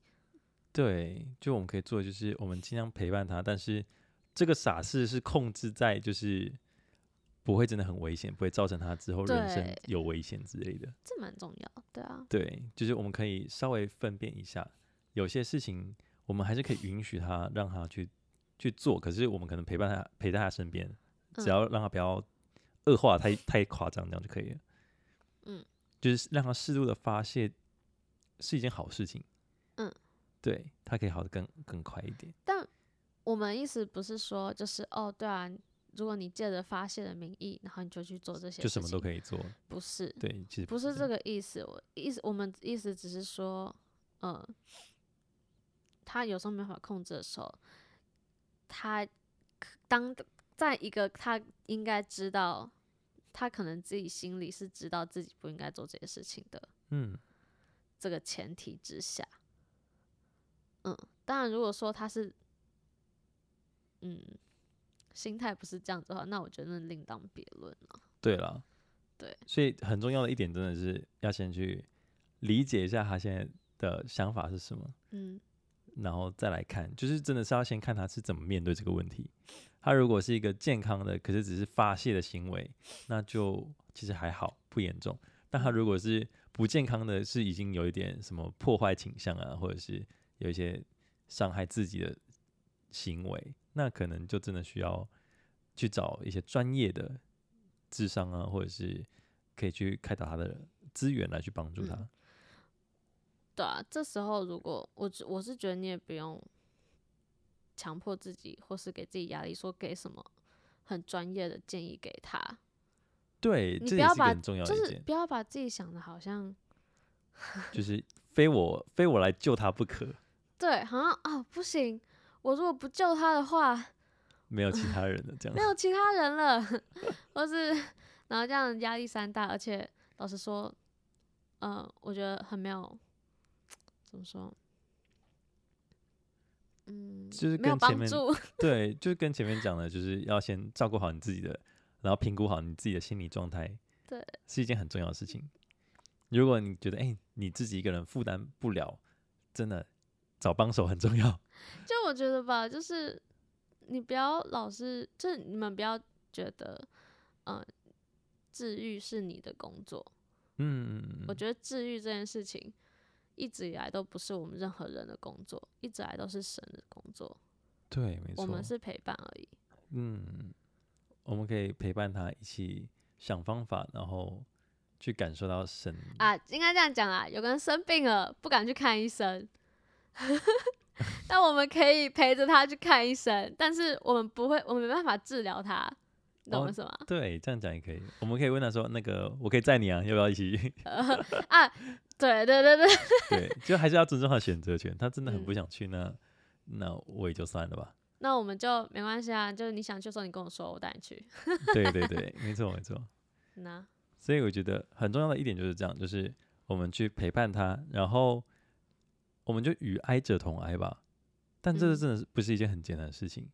对，就我们可以做的就是我们尽量陪伴他，但是这个傻事是控制在就是不会真的很危险，不会造成他之后人生
对
有危险之类的。
这蛮重要，对啊，
对，就是我们可以稍微分辨一下，有些事情我们还是可以允许他让他去去做，可是我们可能陪伴他陪在他身边，只
嗯
要让他不要恶化太太夸张，这样就可以了。
嗯，
就是让他适度的发泄是一件好事情。
嗯，
对他可以好的更更快一点。
我们意思不是说就是哦，对啊，如果你借着发泄的名义，然后你就去做这些事情，
就什么都可
以，
以做。
不是，
对，其实
不是这
样
个意思。我意思，我们意思只是说，嗯，他有时候没办法控制的时候，他可当在一个他应该知道，他可能自己心里是知道自己不应该做这些事情的，
嗯，
这个前提之下，嗯，当然如果说他是，嗯，心态不是这样子的话，那我觉得那另当别论了。
对了，
对，
所以很重要的一点真的是要先去理解一下他现在的想法是什么，
嗯，
然后再来看，就是真的是要先看他是怎么面对这个问题。他如果是一个健康的，可是只是发泄的行为，那就其实还好，不严重。但他如果是不健康的，是已经有一点什么破坏倾向啊，或者是有一些伤害自己的行为，那可能就真的需要去找一些专业的智商啊，或者是可以去开导他的资源来去帮助他。
嗯对啊，这时候如果我只我是觉得你也不用强迫自己，或是给自己压力，说给什么很专业的建议给他，
对，
你
这
不
也
要
是一个
把
很重要的
就
一
是
点，
不要把自己想的好像
就是非我非我来救他不可，
对，好像啊、不行，我如果不救他的话，
没有其他人的这样
没。有其他人了，或是然后这样压力山大，而且老实说，呃，我觉得很没有怎么说，嗯，
就是
没有
跟前
帮
面
助，
对，就是跟前面讲的，就是要先照顾好你自己的，然后评估好你自己的心理状态，
对，
是一件很重要的事情。如果你觉得哎、你自己一个人负担不了，真的找帮手很重 要。
就我觉得吧，就是你不要老是，就是你们不要觉得，嗯、治愈是你的工作，
嗯，
我觉得治愈这件事情一直以来都不是我们任何人的工作，一直以来都是神的工作，
对，没错，
我们是陪伴而已。
嗯，我们可以陪伴他一起想方法，然后去感受到神。
啊，应该这样讲啊，有个人生病了，不敢去看医生， 但我们可以陪着他去看医生，但是我们不会，我们没办法治疗他，你懂我
哦
意思吗？
对，这样讲也可以。我们可以问他说：“那个，我可以载你啊，要不要一起
啊，对对对对，？”
对，就还是要尊重他的选择权。他真的很不
嗯
想去，那那我也就算了吧。
那我们就没关系啊，就是你想去的时候你跟我说，我带你去。
对对对，没错没错。
那
所以我觉得很重要的一点就是这样，就是我们去陪伴他，然后我们就与哀者同哀吧。但这
嗯
真的是不是一件很简单的事情，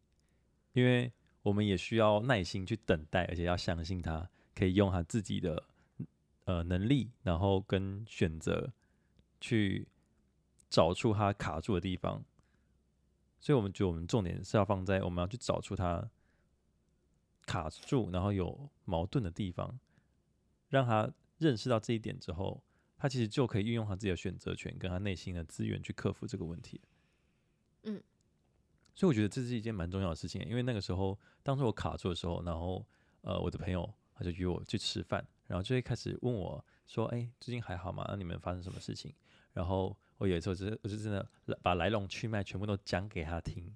因为我们也需要耐心去等待，而且要相信他可以用他自己的呃能力，然后跟选择去找出他卡住的地方。所以，我们觉得我们重点是要放在我们要去找出他卡住，然后有矛盾的地方，让他认识到这一点之后，他其实就可以运用他自己的选择权跟他内心的资源去克服这个问题。
嗯，
所以我觉得这是一件蛮重要的事情，因为那个时候，当时我卡住的时候，然后呃，我的朋友他就约我去吃饭，然后就会开始问我说：“哎、最近还好吗？那你们发生什么事情？”然后我有一次我就是我就真的把来龙去脉全部都讲给他听。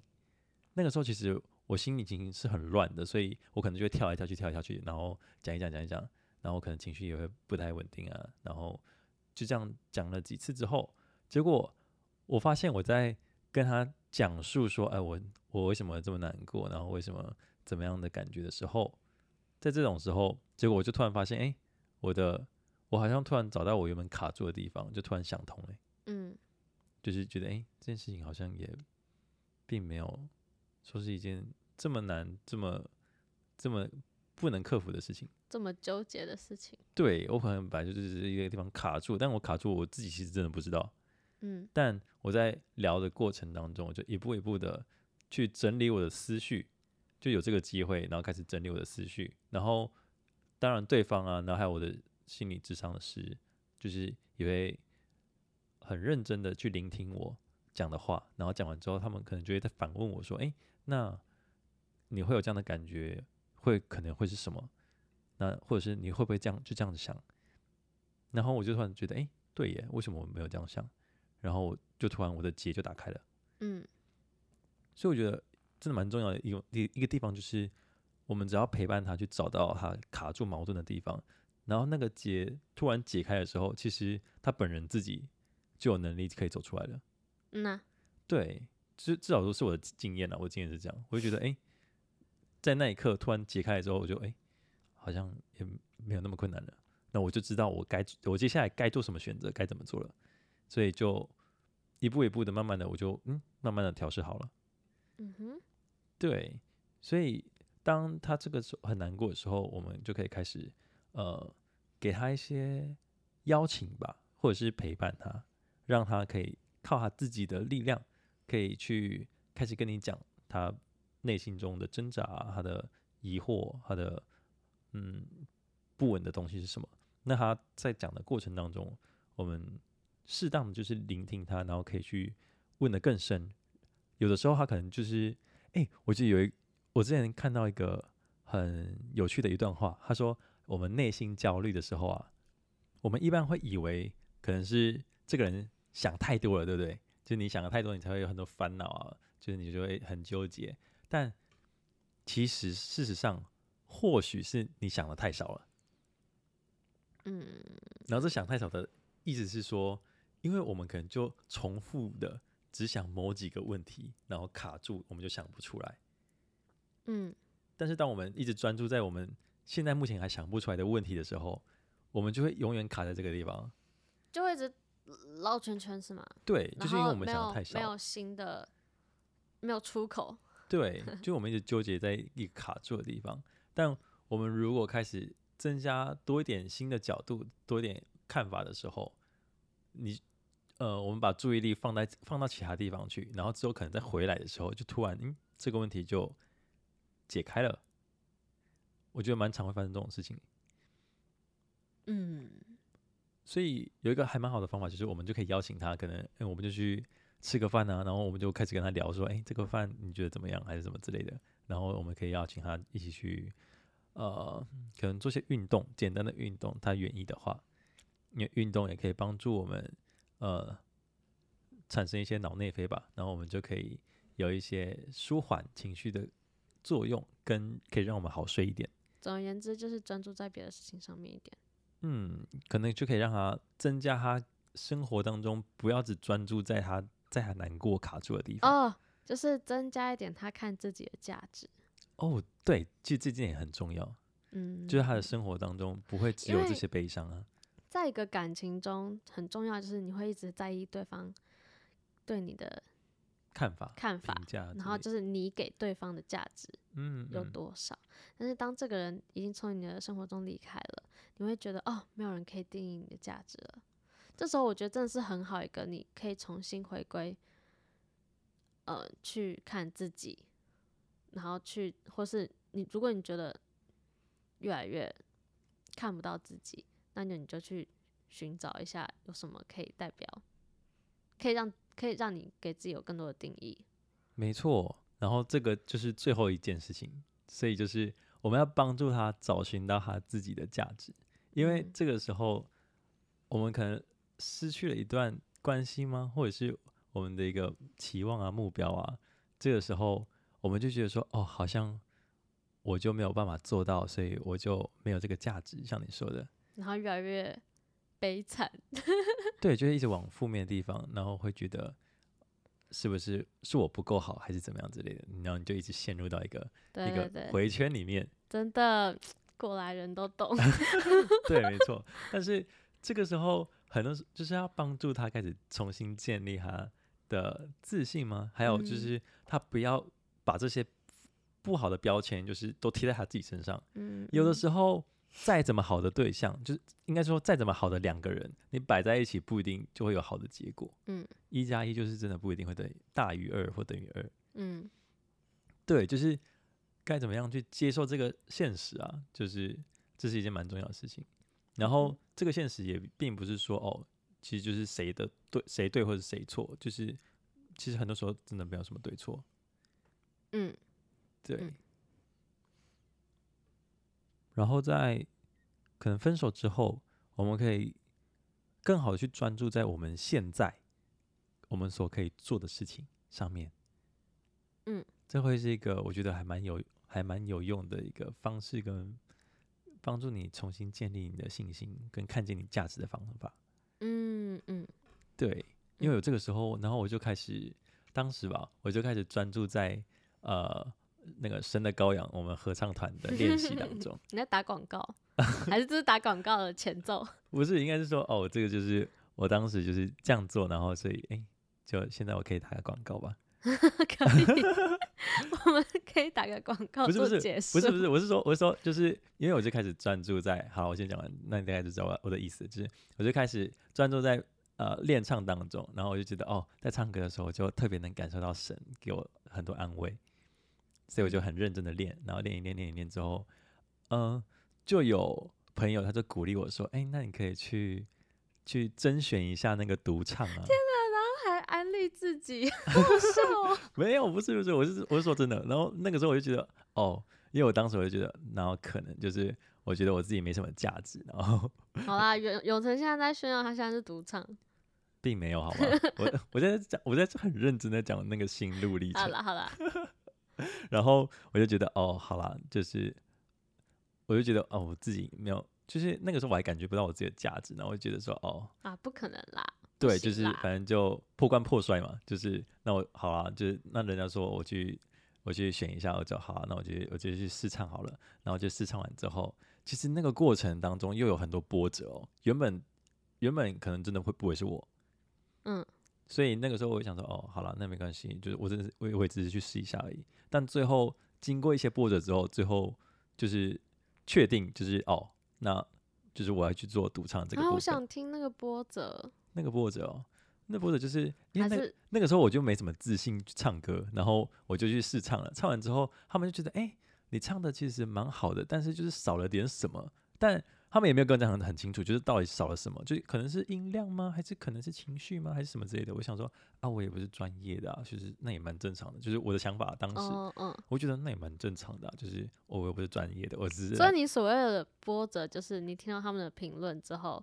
那个时候其实我心里已经是很乱的，所以我可能就会跳来跳去，跳来跳去，然后讲一讲讲一讲，然后可能情绪也会不太稳定啊。然后就这样讲了几次之后，结果我发现我在跟他讲述说，哎，我我为什么这么难过，然后为什么怎么样的感觉的时候，在这种时候，结果我就突然发现，哎，我的我好像突然找到我原本卡住的地方，就突然想通了，
嗯
就是觉得，哎，这件事情好像也并没有说是一件这么难、这么这么不能克服的事情。
这么纠结的事情，
对我可能本来就只是一个地方卡住，但我卡住我自己其实真的不知道。
嗯
但我在聊的过程当中，我就一步一步的去整理我的思绪，就有这个机会，然后开始整理我的思绪。然后，当然对方啊，然后还有我的心理智商的师，就是也会很认真的去聆听我讲的话。然后讲完之后，他们可能就会在反问我说：“哎，那你会有这样的感觉，会可能会是什么？那或者是你会不会这样就这样子想？”然后我就突然觉得，哎，对耶，为什么我没有这样想？然后我就突然我的结就打开了。
嗯
所以我觉得真的蛮重要的一个一一个地方，就是我们只要陪伴他去找到他卡住矛盾的地方，然后那个结突然解开的时候，其实他本人自己就有能力可以走出来了。
嗯呐、
对，至至少说是我的经验啦，我的经验是这样，我就觉得哎、诶在那一刻突然解开了之后，我就哎、诶好像也没有那么困难了。那我就知道我该我接下来该做什么选择，该怎么做了，所以就一步一步的，慢慢的，我就嗯，慢慢的调试好了。
嗯哼，
对，所以当他这个时候很难过的时候，我们就可以开始呃，给他一些邀请吧，或者是陪伴他，让他可以靠他自己的力量，可以去开始跟你讲他内心中的挣扎、啊他的疑惑、他的嗯不稳的东西是什么。那他在讲的过程当中，我们适当的就是聆听他，然后可以去问的更深。有的时候他可能就是哎、我记得有一，我之前看到一个很有趣的一段话，他说，我们内心焦虑的时候啊，我们一般会以为可能是这个人想太多了，对不对？就是你想的太多，你才会有很多烦恼啊，就是你就会很纠结。但其实事实上，或许是你想的太少了。
嗯
然后这想太少的意思是说，因为我们可能就重复的只想某几个问题，然后卡住，我们就想不出来。
嗯
但是当我们一直专注在我们现在目前还想不出来的问题的时候，我们就会永远卡在这个地方。
就会一直绕圈圈是吗？
对，就
然
是因为
后
我们
没
想
有
的太
没
少，
有新的，没有出口，
对，就我们一直纠结在一个卡住的地方。但我们如果开始增加多一点新的角度，多一点看法的时候，你呃，我们把注意力放在放到其他地方去，然后之后可能再回来的时候，就突然嗯，这个问题就解开了。我觉得蛮常会发生这种事情。
嗯
所以有一个还蛮好的方法，就是我们就可以邀请他，可能、嗯我们就去吃个饭啊，然后我们就开始跟他聊说，哎、这个饭你觉得怎么样，还是什么之类的。然后我们可以邀请他一起去，呃，可能做些运动，简单的运动，他愿意的话，因为运动也可以帮助我们，呃，产生一些脑内啡吧，然后我们就可以有一些舒缓情绪的作用，跟可以让我们好睡一点。
总而言之就是专注在别的事情上面一点，
嗯，可能就可以让他增加他生活当中不要只专注在他在他难过卡住的地方。
哦，就是增加一点他看自己的价值，
哦，对，其实这点也很重要，
嗯，
就是他的生活当中不会只有
因
这
为
些悲伤啊。
在一个感情中很重要，就是你会一直在意对方对你的
看法、
看法
评，价之类的，
然后就是你给对方的价值
嗯，
有
嗯
多少。但是当这个人已经从你的生活中离开了，你会觉得哦，没有人可以定义你的价值了。这时候我觉得真的是很好一个，你可以重新回归，呃，去看自己，然后去或是你如果你觉得越来越看不到自己，那你就去寻找一下有什么可以代表，可以让可以让你给自己有更多的定义。
没错。然后这个就是最后一件事情，所以就是我们要帮助他找寻到他自己的价值，因为
嗯
这个时候我们可能失去了一段关系吗？或者是我们的一个期望啊、目标啊，这个时候我们就觉得说，哦，好像我就没有办法做到，所以我就没有这个价值，像你说的，
然后越来越悲惨。
对，就是一直往负面的地方，然后会觉得是不是是我不够好，还是怎么样之类的，然后你就一直陷入到一个
对
一
对
个
对，
回圈里面。
真的过来人都懂。
对，没错。但是这个时候，很多时就是要帮助他开始重新建立他的自信吗？还有就
嗯
是他不要把这些不好的标签，就是都贴在他自己身上。
嗯，
有的
嗯
时候，再怎么好的对象，就是应该说再怎么好的两个人，你摆在一起不一定就会有好的结果。
嗯，
一加一就是真的不一定会等于大于二或等于二。
嗯，
对，就是该怎么样去接受这个现实啊，就是这是一件蛮重要的事情。然
嗯
后这个现实也并不是说哦，其实就是谁的对谁对或者谁错，就是其实很多时候真的没有什么对错。
嗯，
对。
嗯
然后在可能分手之后，我们可以更好的去专注在我们现在我们所可以做的事情上面。
嗯，
这会是一个我觉得还蛮有还蛮有用的一个方式，跟帮助你重新建立你的信心跟看见你价值的方法。
嗯嗯
对，因为
嗯。
有这个时候，然后我就开始，当时吧，我就开始专注在呃那个神的羔羊，我们合唱团的练习当中
你在打广告，还是这是打广告的前奏？
不是，应该是说哦，这个就是我当时就是这样做，然后所以哎，就现在我可以打个广告吧？
可以，我们可以打个广告
不是不
做
是
结束。
不是不是，我是说我是说就是因为我就开始专注在，好，我先讲完，那你大概就知道我我的意思，就是我就开始专注在。呃，练唱当中，然后我就觉得哦，在唱歌的时候，我就特别能感受到神给我很多安慰，所以
嗯
我就很认真的练，然后练一练，练一练之后，嗯、就有朋友他就鼓励我说，哎、那你可以去去甄选一下那个独唱啊。
还安利自己，好笑哦。
没有，不是不是，我是我是说真的。然后那个时候我就觉得，哦，因为我当时我就觉得，然后可能就是我觉得我自己没什么价值，然后
好啦，永永成现在在炫耀他现在是独唱。
并没有好吗？我我在讲，我在很认真的讲那个心路历
好
程，
啦好啦，
然后我就觉得，哦，好啦，就是我就觉得，哦，我自己没有，就是那个时候我还感觉不到我自己的价值，然后我就觉得说，哦，
啊，不可能啦。不
对，就是
行啦
反正就破罐破摔嘛，就是那我好啊，就是那人家说我去我去选一下，我就好、啊，那我就我就去试唱好了，然后就试唱完之后，其实那个过程当中又有很多波折哦，原本原本可能真的会不会是我，
嗯，
所以那个时候我就想说，哦，好了，那没关系，就是我真的是我也我也只是去试一下而已，但最后经过一些波折之后，最后就是确定就是哦，那就是我要去做独唱这个部
啊，我
分，
想听那个波折，
那个波折哦。那波折就是因为
还
那个
是
那个时候我就没怎么自信去唱歌，然后我就去试唱了。唱完之后，他们就觉得，哎、你唱的其实蛮好的，但是就是少了点什么。但他们也没有跟我讲得很清楚，就是到底少了什么，就是可能是音量吗？还是可能是情绪吗？还是什么之类的？我想说，啊，我也不是专业的啊，就是那也蛮正常的，就是我的想法啊当时。
嗯嗯。
我觉得那也蛮正常的啊、就是我又不是专业的，我只是
所
来
以你所谓的波折，就是你听到他们的评论之后，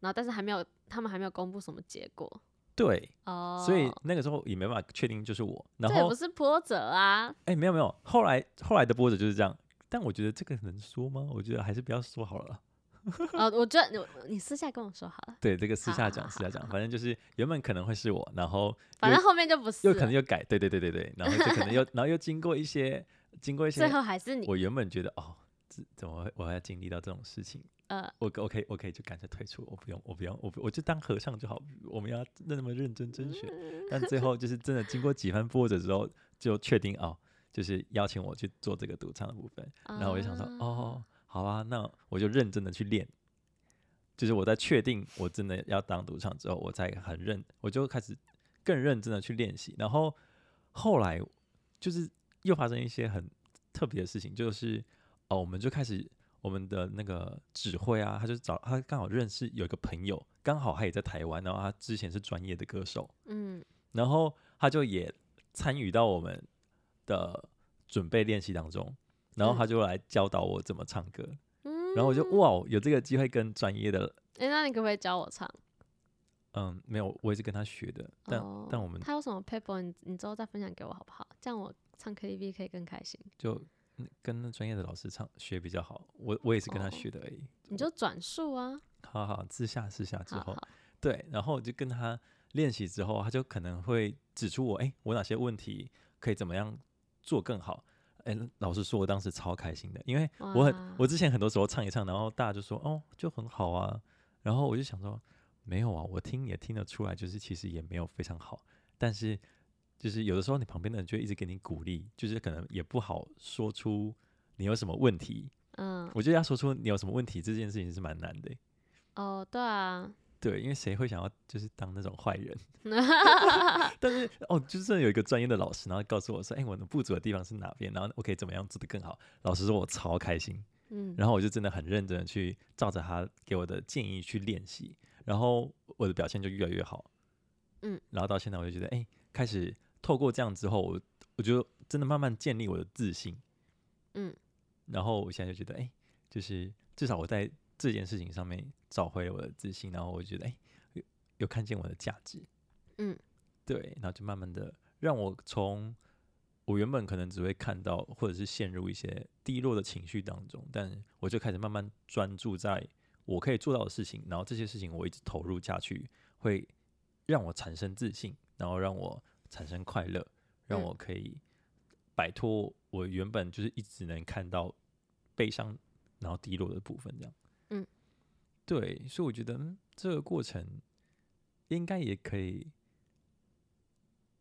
然后但是还没有，他们还没有公布什么结果
对，
哦。
所以那个时候也没办法确定就是我。然
这也
后
不是波折 啊，
哎、没有没有，后来后来的波折就是这样。但我觉得这个能说吗？我觉得还是不要说好了。
呃，我觉得你你私下跟我说好了，
对，这个私
好
下
好
讲，
好
私下
好
讲，
好
反正就是原本可能会是我，然后
反
又
正后面就不是
又可能
了，
又改，对对对对对，然后就可能 又然后又经过一些经过一些
最，后还是你
我原本觉得哦，这怎么会我还要经历到这种事情？
呃，
我可我可以我可以就干脆退出，我不用我不用我不我就当和尚就好，我们要那么认真甄选。
嗯
但最后就是真的经过几番波折之后，就确定哦，就是邀请我去做这个独唱的部分。然后我就想说，
啊
哦，好啊，那我就认真的去练。就是我在确定我真的要当独唱之后，我才很认，我就开始更认真的去练习。然后后来就是又发生一些很特别的事情，就是哦，我们就开始我们的那个指挥啊，他就找他刚好认识有一个朋友，刚好他也在台湾，然后他之前是专业的歌手，
嗯
然后他就也参与到我们的准备练习当中，然后他就来教导我怎么唱歌，
嗯，
然后我就哇，哦有这个机会跟专业的，
哎、那你可不可以教我唱？
嗯，没有，我也是跟他学的，但、
哦
但我们
他有什么 paper，你你之后再分享给我好不好？这样我唱 KTV 可以更开心。
就嗯跟那专业的老师唱学比较好，我我也是跟他
哦
学的而已，
你就转述啊，
好、好好自下自下之
好
后，
好
对，然后我就跟他练习之后，他就可能会指出我，哎、我哪些问题可以怎么样做更好。哎、老实说，我当时超开心的，因为我很，我
哇
之前很多时候唱一唱，然后大家就说，哦，就很好啊。然后我就想说，没有啊，我听也听得出来，就是其实也没有非常好，但是就是有的时候你旁边的人就会一直给你鼓励，就是可能也不好说出你有什么问题。
嗯
我觉得要说出你有什么问题这件事情是蛮难的、
哦对啊，
对，因为谁会想要就是当那种坏人？ 但是哦，就是真的有一个专业的老师，然后告诉我说，哎、我的不足的地方是哪边，然后我可以怎么样做得更好。老师说我超开心，
嗯
然后我就真的很认真的去照着他给我的建议去练习，然后我的表现就越来越好。
嗯，
然后到现在我就觉得，哎、开始透过这样之后，我我就真的慢慢建立我的自信。
嗯，
然后我现在就觉得，哎、就是至少我在这件事情上面找回了我的自信，然后我觉得，哎、有有看见我的价值。
嗯，
对，然后就慢慢的让我从我原本可能只会看到或者是陷入一些低落的情绪当中，但我就开始慢慢专注在我可以做到的事情，然后这些事情我一直投入下去，会让我产生自信，然后让我产生快乐，让
嗯
我可以摆脱我原本就是一直能看到悲伤然后低落的部分，这样。
嗯，
对，所以我觉得、嗯、这个过程应该也可以。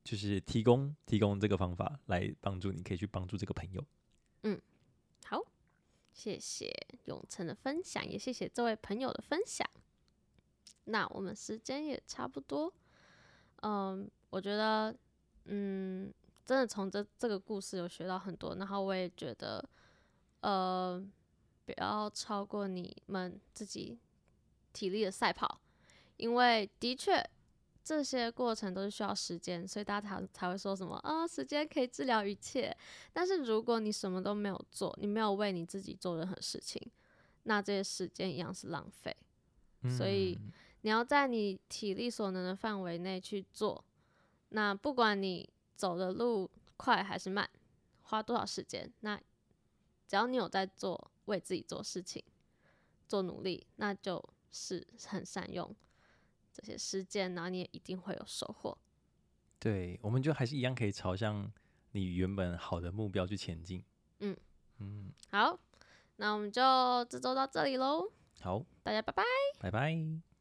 就是提供提供这个方法来帮助你，可以去帮助这个朋友。
好，谢谢永成的分享，也谢谢这位朋友的分享。那我们时间也差不多，嗯，我觉得，嗯，真的从这这个故事有学到很多，然后我也觉得，呃，不要超过你们自己体力的赛跑，因为的确。这些过程都是需要时间，所以大家才才会说什么啊、时间可以治疗一切。但是如果你什么都没有做，你没有为你自己做任何事情，那这些时间一样是浪费。所以
嗯
你要在你体力所能的范围内去做。那不管你走的路快还是慢，花多少时间，那只要你有在做，为自己做事情，做努力，那就是很善用这些时间，然后你也一定会有收获。
对，我们就还是一样可以朝向你原本好的目标去前进。
嗯
嗯，
好，那我们就这周到这里喽，
好，
大家拜拜。
拜拜。